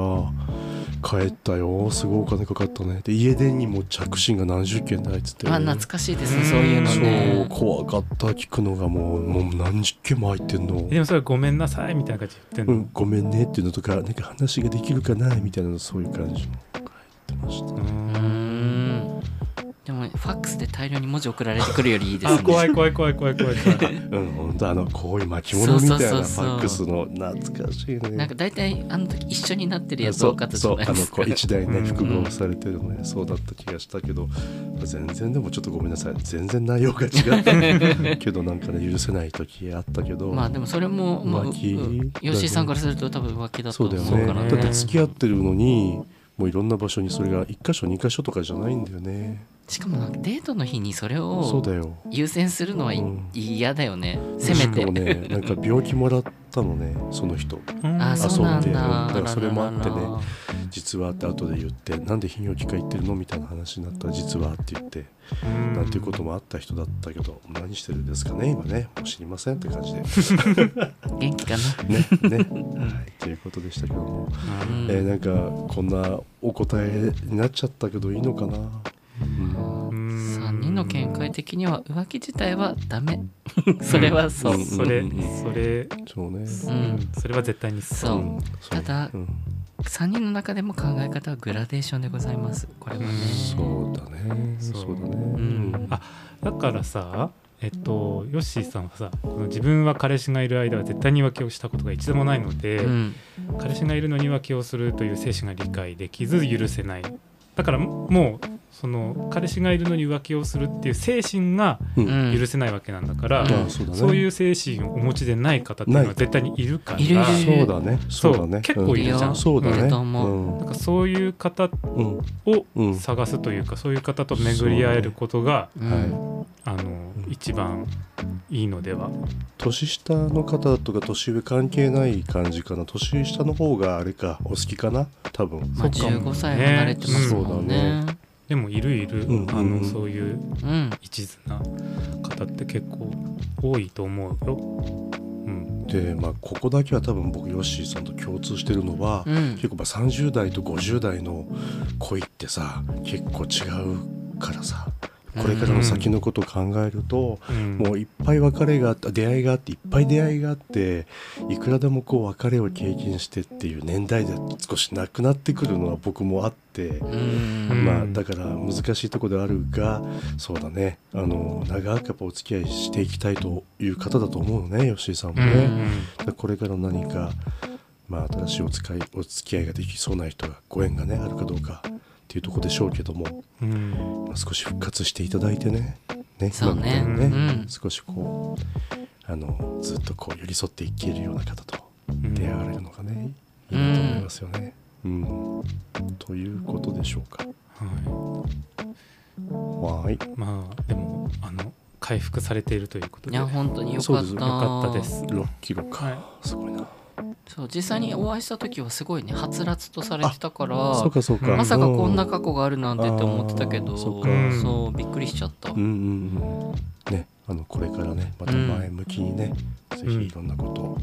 Speaker 2: 帰ったよすごいお金かかったねで家電にも着信が何十件だいっつって
Speaker 4: あ懐かしいです
Speaker 3: う
Speaker 4: ね
Speaker 3: ん
Speaker 4: そういうの
Speaker 2: そう
Speaker 4: ね
Speaker 2: 怖かった聞くのがもうもう何十件も入ってんの
Speaker 3: えでもそれごめんなさいみたいな感じで言って
Speaker 2: うん
Speaker 3: の
Speaker 2: ん、ごめんねっていうのとかなんか話ができるかなみたいなそういう感じの入ってました
Speaker 3: う
Speaker 4: うー
Speaker 3: ん
Speaker 4: んでもファックスで大量に文字送られてくるよりいいです
Speaker 3: あ
Speaker 4: ね
Speaker 3: 怖い怖い怖い怖い怖い怖い
Speaker 2: うん本当あのこういう巻物みたいなフ
Speaker 4: そ
Speaker 2: ァ
Speaker 4: うそうそうそう
Speaker 2: ックスの懐かしいね
Speaker 4: なんか大体あの時一緒になってるやつ
Speaker 2: そ
Speaker 4: 多
Speaker 2: う
Speaker 4: かったじ
Speaker 2: そ
Speaker 4: ゃ
Speaker 2: う
Speaker 4: ないで
Speaker 2: あの
Speaker 4: す
Speaker 2: こ
Speaker 4: か
Speaker 2: う一台
Speaker 3: う
Speaker 2: ね
Speaker 3: ん
Speaker 2: 複合されてるね、そうだった気がしたけど全然でもちょっとごめんなさい全然内容が違っ たけどなんかね許せない時あったけど
Speaker 4: まあでもそれも、まあ、う
Speaker 2: 浮気
Speaker 4: う吉井さんからすると多分浮気だと
Speaker 2: そう
Speaker 4: 思
Speaker 2: だよ
Speaker 4: う
Speaker 2: ね
Speaker 4: から
Speaker 2: だって付き合ってるのにもういろんな場所にそれが1箇所2箇所とかじゃないんだよね
Speaker 4: しかもなんかデートの日にそれ
Speaker 2: そう
Speaker 4: を
Speaker 2: だよ
Speaker 4: 優先するのはい
Speaker 2: うん
Speaker 4: 嫌だよねせめ
Speaker 2: で
Speaker 4: て
Speaker 2: もねなんか病気もらったのねその人
Speaker 4: あ
Speaker 2: 遊んで
Speaker 4: そうなん
Speaker 2: だ
Speaker 4: だ
Speaker 2: からそれもあって
Speaker 4: あ
Speaker 2: ね
Speaker 4: らららら
Speaker 2: 実はって後で言ってなんで泌尿器科行ってるのみたいな話になったら実はって言って
Speaker 3: うん
Speaker 2: なんていうこともあった人だったけど何してるんですかね今ねもう知りませんって感じでね
Speaker 4: 元気かな
Speaker 2: ねはいということでしたけども、
Speaker 4: うん
Speaker 2: えーなんかこんなお答えになっちゃったけどいいのかな、うん
Speaker 3: うん
Speaker 4: 3人の見解的には浮気自体はダメそれはそう、
Speaker 2: うん
Speaker 3: それ
Speaker 2: うんうん
Speaker 3: それ
Speaker 2: そうね
Speaker 4: うん
Speaker 3: それは絶対にそう
Speaker 4: そう
Speaker 2: うんそ
Speaker 4: た
Speaker 2: う
Speaker 4: だ
Speaker 2: うん
Speaker 4: 3人の中でも考え方はグラデーションでございますこれはね
Speaker 3: うん
Speaker 2: そうだね
Speaker 3: そう
Speaker 2: そうだね、
Speaker 4: ん
Speaker 3: あだからさえっとヨッシーさんはさこの自分は彼氏がいる間は絶対に浮気をしたことが一度もないので、
Speaker 4: うん
Speaker 3: 彼氏がいるのに浮気をするという精神が理解できず許せないだからももうその彼氏がいるのに浮気をするっていう精神が
Speaker 2: うん
Speaker 4: うん
Speaker 3: 許せないわけなんだから、
Speaker 4: うん
Speaker 2: ああそうだね
Speaker 3: そういう精神をお持ちでない方っていうの
Speaker 2: な
Speaker 3: はい絶対にいるから
Speaker 4: いるいるいる
Speaker 2: そうだね
Speaker 3: そ
Speaker 2: そううだね
Speaker 3: 結構いるじゃん
Speaker 2: うそうだ
Speaker 3: い
Speaker 2: ね
Speaker 3: る
Speaker 4: と思
Speaker 3: なんかそういう方
Speaker 2: うんうん
Speaker 3: を
Speaker 2: うん
Speaker 3: 探すというかそういう方と巡り合えることが、
Speaker 4: うん
Speaker 2: はい
Speaker 3: あの一番いいのでは、
Speaker 2: 年下の方とか年上関係ない感じかな年下の方があれかお好きかな多分
Speaker 4: まあ、
Speaker 3: そうかもね
Speaker 4: 15歳離れてますもんね
Speaker 3: でもいるいる、
Speaker 2: うん
Speaker 3: あ
Speaker 2: うんう
Speaker 3: の
Speaker 2: ん
Speaker 3: そういう
Speaker 4: うん
Speaker 3: 一途な方って結構多いと思うよ。うん、
Speaker 2: でまあここだけは多分僕ヨッシーさんと共通してるのは、
Speaker 4: うん
Speaker 2: 結構まあ30代と50代の恋ってさ結構違うからさこれからの先のことを考えると、
Speaker 3: うん
Speaker 2: もういっぱい別れがあった出会いがあっていっぱい出会いがあっていくらでもこう別れを経験してっていう年代では少しなくなってくるのは僕もあって。
Speaker 4: うん
Speaker 2: ま
Speaker 3: う
Speaker 2: あ、
Speaker 3: ん
Speaker 2: だから難しいとこであるがそうだねあの長くやっぱお付き合いしていきたいという方だと思うのね吉井さんも
Speaker 3: うん
Speaker 2: ね。だからこれから何か、まあ、新しいお使いお付き合いができそうな人がご縁が、ね、あるかどうかっていうところでしょうけども、
Speaker 3: うん
Speaker 2: まあ、少し復活していただいてねね
Speaker 4: そうね
Speaker 2: 今みたいにね
Speaker 4: うん
Speaker 2: 少しこうあのずっとこう寄り添っていけるような方と
Speaker 3: うん
Speaker 2: 出会われるのがね、いいなと思いますよね。うんということでしょうか。
Speaker 3: は
Speaker 2: わーい
Speaker 3: い、まあでもあの回復されているということ
Speaker 4: い
Speaker 3: で
Speaker 4: や
Speaker 3: よ
Speaker 4: 本当によか
Speaker 2: そう
Speaker 4: っ
Speaker 2: です
Speaker 4: た
Speaker 2: よ
Speaker 3: かったです。
Speaker 2: 6キロか、
Speaker 3: は
Speaker 2: すごいな。
Speaker 4: そう実際にお会いした時はすごいねはつらつとされてたから
Speaker 2: そうかそうか。
Speaker 4: まさかこんな
Speaker 2: うん
Speaker 4: 過去があるなんてって思ってたけ
Speaker 2: あ
Speaker 4: ど
Speaker 2: ーそ
Speaker 4: そうう
Speaker 2: か
Speaker 4: びっくりしちゃった、
Speaker 2: うんうんうんねあのこれからねまた前向きにね、ぜひいろんなことを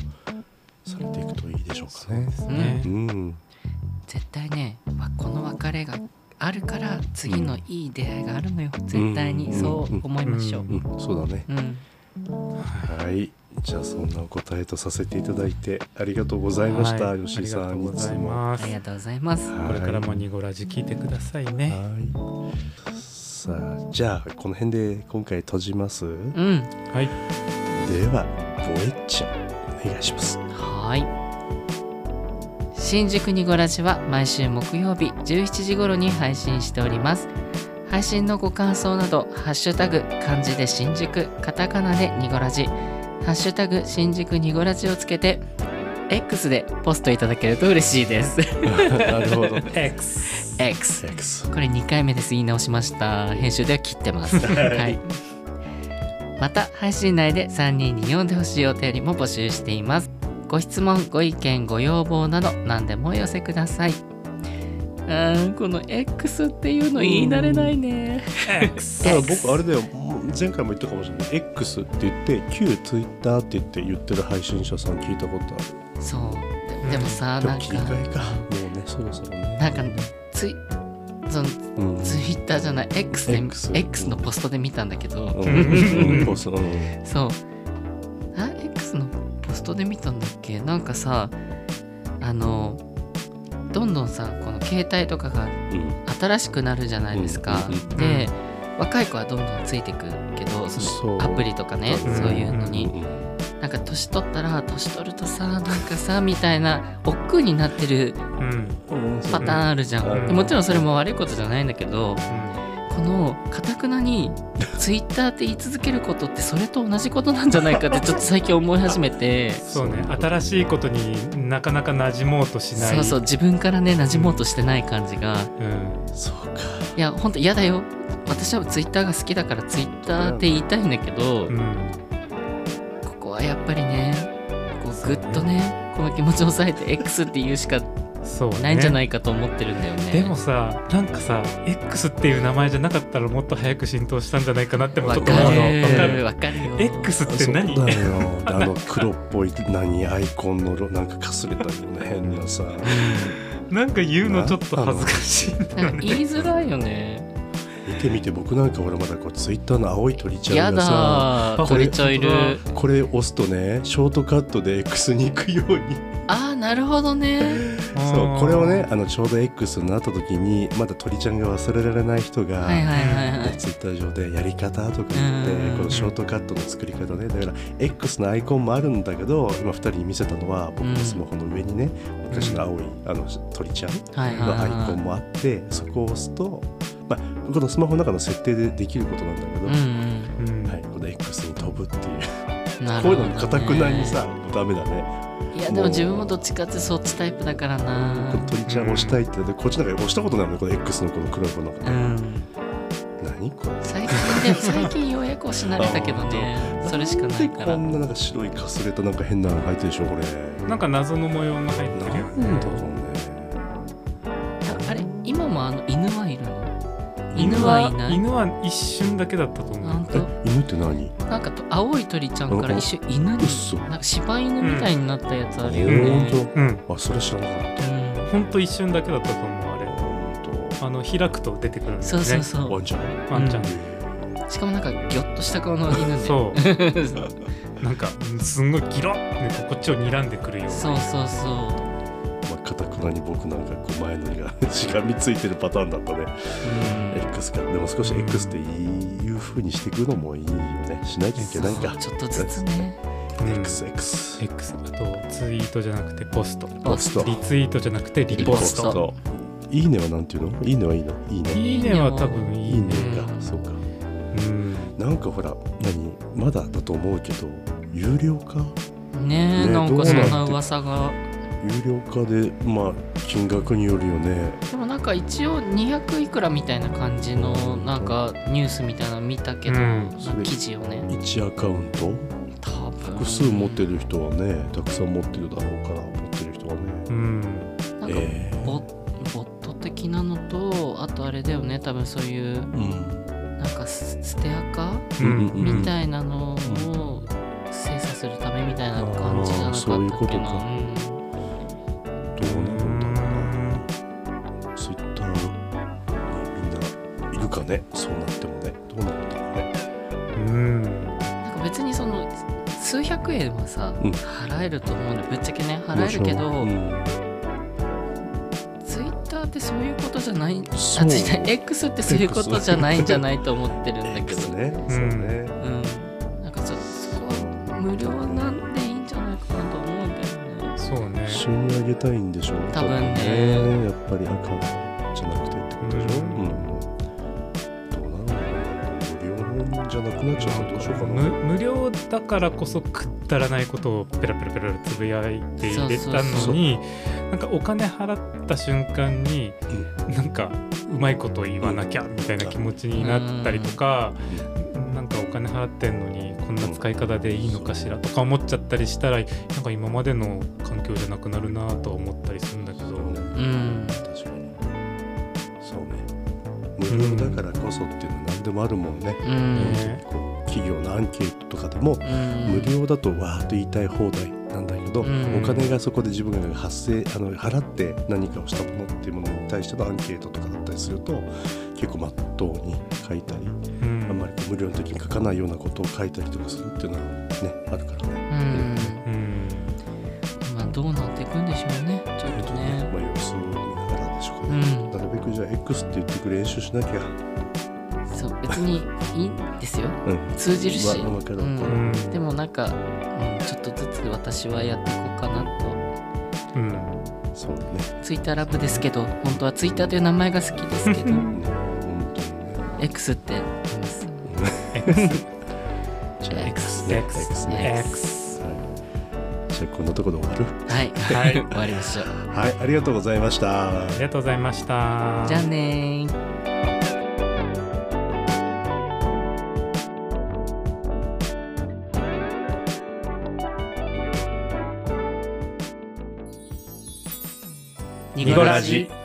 Speaker 2: されていくといいでしょうかね。
Speaker 3: そうね
Speaker 2: う。ん、
Speaker 4: 絶対ねわこの別れがあるから次のいい出会いがあるのよ絶対
Speaker 2: うん
Speaker 4: にそう思いましょう
Speaker 2: うん、そうだね。
Speaker 4: うん
Speaker 2: はい、じゃあそんなお答えとさせていただいてありがとうございました、
Speaker 3: はい
Speaker 2: 吉井さ
Speaker 3: あ
Speaker 2: ん
Speaker 3: りがとうござい
Speaker 2: も。
Speaker 3: ま
Speaker 4: あり
Speaker 3: す
Speaker 4: が。とうございます
Speaker 2: はい
Speaker 3: これからもニゴラジ聞いてくださいね。
Speaker 2: はい。さあじゃあこの辺で今回閉じます。で
Speaker 4: うん
Speaker 3: はい。
Speaker 2: はボエッチャお願いします。
Speaker 4: はい新宿にごラジは毎週木曜日17時頃に配信しております配信のご感想など「ハッシュタグ漢字で新宿」カタカナでにごラジ「ハッシュタグ新宿にごラジ」をつけて X でポストいただけると嬉しいです
Speaker 2: なるほど。
Speaker 3: X。
Speaker 4: X
Speaker 2: X。
Speaker 4: これ2回目です言い直しました編集では切って ますはいまた配信内で3人に読んでほしいお便りも募集していますご質問ご意見ご要望など何でもお寄せくださいうーんこの X っていうの言い慣れないね
Speaker 3: X。
Speaker 2: だから僕あれだよ前回も言ったかもしれない X って言って旧 Twitter って言って言ってる配信者さん聞いたこと
Speaker 4: そうででもさ
Speaker 2: あるで
Speaker 4: なん
Speaker 2: も切り替
Speaker 4: か
Speaker 2: えかもうねそろそろね
Speaker 4: なんかついその
Speaker 2: うん
Speaker 4: ツイッターじゃない X, で
Speaker 2: X
Speaker 4: X のポストで見たんだけど、
Speaker 2: うんうんポスうん
Speaker 4: そうあ X のポストで見たんだっけなんかさあのどんどんさこの携帯とかが
Speaker 2: うん
Speaker 4: 新しくなるじゃないですか、
Speaker 2: うんうんうん
Speaker 4: で若い子はどんどんついてくけどそ
Speaker 2: そう
Speaker 4: のアプリとかね
Speaker 2: うん
Speaker 4: そういうのに、
Speaker 2: うんうん
Speaker 4: なんか年取ったら年取るとさなんかさみたいな億劫になってる
Speaker 3: うん。うん。
Speaker 4: パターンあるじゃん、
Speaker 2: うん
Speaker 4: でもちろんそれも悪いことじゃないんだけどこのかたくなにツイッターって言い続けることってそれと同じことなんじゃないか ってちょっと最近思い始めて
Speaker 3: そうね新しいことになかなか馴染もうとしない
Speaker 4: そうそう自分からね馴染もうとしてない感じが、
Speaker 3: うん、
Speaker 2: そうか
Speaker 4: いや本当嫌だよ私はツイッターが好きだからツイッターって言いたいんだけど、
Speaker 3: うん、
Speaker 4: ここはやっぱりねこうぐっとねこの気持ちを抑えて X って言うしか
Speaker 3: そうね
Speaker 4: ないんじゃないいかと思ってるんだよね。
Speaker 3: でもさなんかさ X っていう名前じゃなかったらもっと早く浸透したんじゃないかなっても
Speaker 4: わ
Speaker 3: ちょっと
Speaker 4: か
Speaker 3: 思うの
Speaker 2: わ
Speaker 3: わか
Speaker 4: る
Speaker 3: る
Speaker 4: わかるよ。
Speaker 3: X って何
Speaker 2: そうなのよあの黒っぽい何アイコンのなんかかすれたような変なさ
Speaker 3: なんか言うのちょっと恥ずかしいんだ
Speaker 4: な
Speaker 3: よ
Speaker 4: んか
Speaker 3: ね
Speaker 4: 言いづらいよね。
Speaker 2: 見てみて僕なんかほらまだこうツイッターの青い鳥ちゃ
Speaker 4: や
Speaker 2: んがさ
Speaker 4: だー
Speaker 3: あこれ
Speaker 4: 鳥ちゃんいる。
Speaker 2: これ押すとねショートカットで X に行くように
Speaker 4: あーなるほどね。
Speaker 2: そうこれをねあのちょうど X になった時にまだ鳥ちゃんが忘れられない人が、
Speaker 4: はいはいはいは
Speaker 2: ね
Speaker 4: い。
Speaker 2: ツイッター上でやり方とか言って、
Speaker 4: うん
Speaker 2: このショートカットの作り方ねだから X のアイコンもあるんだけど今2人に見せたのは僕のスマホの上にね、昔の青いあの鳥ちゃん
Speaker 4: はいはい
Speaker 2: のアイコン
Speaker 4: は
Speaker 2: もあってそこを押すと、まあ、このスマホの中の設定でできることなんだけど、
Speaker 4: い。うん
Speaker 3: うん
Speaker 2: はい、この X に飛ぶっていう、
Speaker 4: うん。なる
Speaker 2: こう
Speaker 4: ほど、
Speaker 2: いうの
Speaker 4: ね。
Speaker 2: もかたくなにさもうダメだね
Speaker 4: いやでも自分もどっちかってそっちタイプだからな
Speaker 2: この。鳥ちゃん押したいってなってこっちなんか押したことないもんねこの X のこの黒い子の、
Speaker 4: うん。
Speaker 2: 何これ
Speaker 4: 最近で最近ようやく押し慣れたけどね。それしかないか
Speaker 2: でこ
Speaker 4: ら。
Speaker 2: んななんか白いかすれたなんか変なの入ってるでしょこれ
Speaker 3: なんか謎の模様が入ってるよ
Speaker 2: なんだろうね
Speaker 4: ああれ今もあの犬はいるの
Speaker 2: 犬
Speaker 4: 犬はいない
Speaker 3: 犬は一瞬だけだったと
Speaker 4: な
Speaker 3: 思
Speaker 4: ん
Speaker 3: う
Speaker 4: と
Speaker 2: え犬って何
Speaker 4: なんかと青い鳥ちゃんから一瞬犬に
Speaker 2: 嘘
Speaker 4: なんか柴犬みたいになったやつあるよ
Speaker 3: うん
Speaker 4: ね、うん
Speaker 3: うん
Speaker 2: あそれ知らなかっ
Speaker 3: ほんと一瞬だけだったと思うあ
Speaker 2: た
Speaker 3: れ
Speaker 2: 本
Speaker 3: あの開くと出てくるんだよ
Speaker 4: そ
Speaker 3: ね
Speaker 4: うそう
Speaker 2: 当
Speaker 4: そ
Speaker 2: ワンちゃん
Speaker 3: ワンちゃん、
Speaker 4: うしかもなんかギョッとした顔の犬で
Speaker 3: そう なんかすんごいギロッてこっちを睨んでくるような
Speaker 4: そうそうそう
Speaker 2: まあ、かたくなに僕なんかこう前のがしがみついてるパターンだったね、
Speaker 4: うん
Speaker 2: X からでも少し X っていうふうにしていくのもいいよねしないといけないか
Speaker 4: そうちょっとずつね
Speaker 3: うん
Speaker 2: XX
Speaker 3: X あとツイートじゃなくてポスト
Speaker 2: ポスト
Speaker 3: リツイートじゃなくてリポスト
Speaker 4: リポス
Speaker 2: そういいねはなんていうのいいねはいいのいいね
Speaker 3: いいねは多分い
Speaker 2: い
Speaker 3: い
Speaker 2: い
Speaker 3: ね
Speaker 2: ね
Speaker 4: う
Speaker 2: か
Speaker 4: ん
Speaker 2: そうか
Speaker 3: うん
Speaker 2: なんかほら何まだだと思うけど有料化
Speaker 4: ねえ
Speaker 2: ね
Speaker 4: なんかそん
Speaker 3: どう
Speaker 4: な
Speaker 2: なって
Speaker 4: 噂が
Speaker 2: 有料化でまあ金額によるよね
Speaker 4: でもなんか一応200いくらみたいな感じのなんかニュースみたいなの見たけど、
Speaker 3: うん
Speaker 4: なんか記事をね
Speaker 2: 1アカウント
Speaker 4: 多分
Speaker 2: 複数持ってる人はねたくさん持ってるだろうから持ってる人はね
Speaker 3: うん
Speaker 4: なんか
Speaker 2: ええ
Speaker 4: ボボット的なのとあとあれだよね多分そういう
Speaker 2: うん
Speaker 4: なんかスステアカ
Speaker 3: う
Speaker 2: うん
Speaker 3: ん
Speaker 2: うん
Speaker 4: みたいなのを精査するためみたいな感じじゃなかったっけな
Speaker 2: あーそういうことか
Speaker 4: うん
Speaker 2: どうなるんだろうなツイッターにみんないるかねそうなってもねどうなんだろうね
Speaker 3: うん
Speaker 4: なんか別にその数百円はさ、
Speaker 2: うん
Speaker 4: 払えると思うんでぶっちゃけね払えるけど、
Speaker 2: うん
Speaker 4: ツイッターってそういうことじゃない
Speaker 2: そ
Speaker 4: あ
Speaker 2: う
Speaker 4: ツイッター X ってそういうことじゃないんじゃないと思ってるんだけ
Speaker 2: X
Speaker 4: ど、
Speaker 2: ねそうね
Speaker 4: うん、なんかそそこは無料なんでいいんじゃないかなと思うけどね
Speaker 3: そうね
Speaker 2: 収入上げたいんでしょう
Speaker 4: 多分ね
Speaker 2: やっぱり赤じゃなくてってことでしょ、
Speaker 3: う
Speaker 2: うんんどうなるのかな無料じゃなくなっちゃうのどうしようか
Speaker 3: 無
Speaker 2: な
Speaker 3: 無料だからこそくったらないことをペラペラペラつぶやいて入れたのになんかお金払った瞬間になんかうまいこと言わなきゃみたいな気持ちになったりとかなんかお金払ってんのにこんな使い方でいいのかしらとか思っちゃったりしたらなんか今までの環境じゃなくなるなとは思ったりするんだけど
Speaker 4: うん
Speaker 2: 確かにそうね無料だからこそっていうのは何でもあるもんね、
Speaker 4: うん
Speaker 3: ね
Speaker 2: こう企業のアンケートとかでも
Speaker 4: うん
Speaker 2: 無料だとわーっと言いたい放題なんだけど、
Speaker 4: うん
Speaker 2: お金がそこで自分が発生あの払って何かをしたものっていうものに対してのアンケートとかだったりすると結構まっとうに書いたり、
Speaker 3: う
Speaker 2: あんま
Speaker 3: ん
Speaker 2: りこう無料の時に書かないようなことを書いたりとかするっていうのはねあるからね。
Speaker 4: うん
Speaker 3: うん
Speaker 4: まあどうなっていくんでしょうねちょっとね
Speaker 2: まあ様子を見ながらでしょう
Speaker 4: う
Speaker 2: ね。
Speaker 4: ん
Speaker 2: なるべくじゃあ X って言ってく練習しなきゃ。
Speaker 4: そう別にいいんですよ
Speaker 2: うん。
Speaker 4: 通じるし、
Speaker 2: わわか
Speaker 4: う
Speaker 2: るわか
Speaker 3: うん
Speaker 2: る。
Speaker 4: ん、でもなんか、うん、ちょっとずつ私はやっていこうかなと
Speaker 3: うん
Speaker 2: そうね。
Speaker 4: ツイッターラブですけど本当はツイッターという名前が好きですけど
Speaker 2: ね本当にね。
Speaker 4: X って言います。
Speaker 2: じゃあ
Speaker 4: X
Speaker 2: ね
Speaker 3: X
Speaker 2: X ね
Speaker 4: X。
Speaker 2: はいじゃあこんなところで終わる
Speaker 4: はい。
Speaker 3: は い
Speaker 4: 終わりましょう。
Speaker 2: はいありがとうございました
Speaker 3: ありがとうございました
Speaker 4: じゃあねー。ニ
Speaker 3: ニコラジ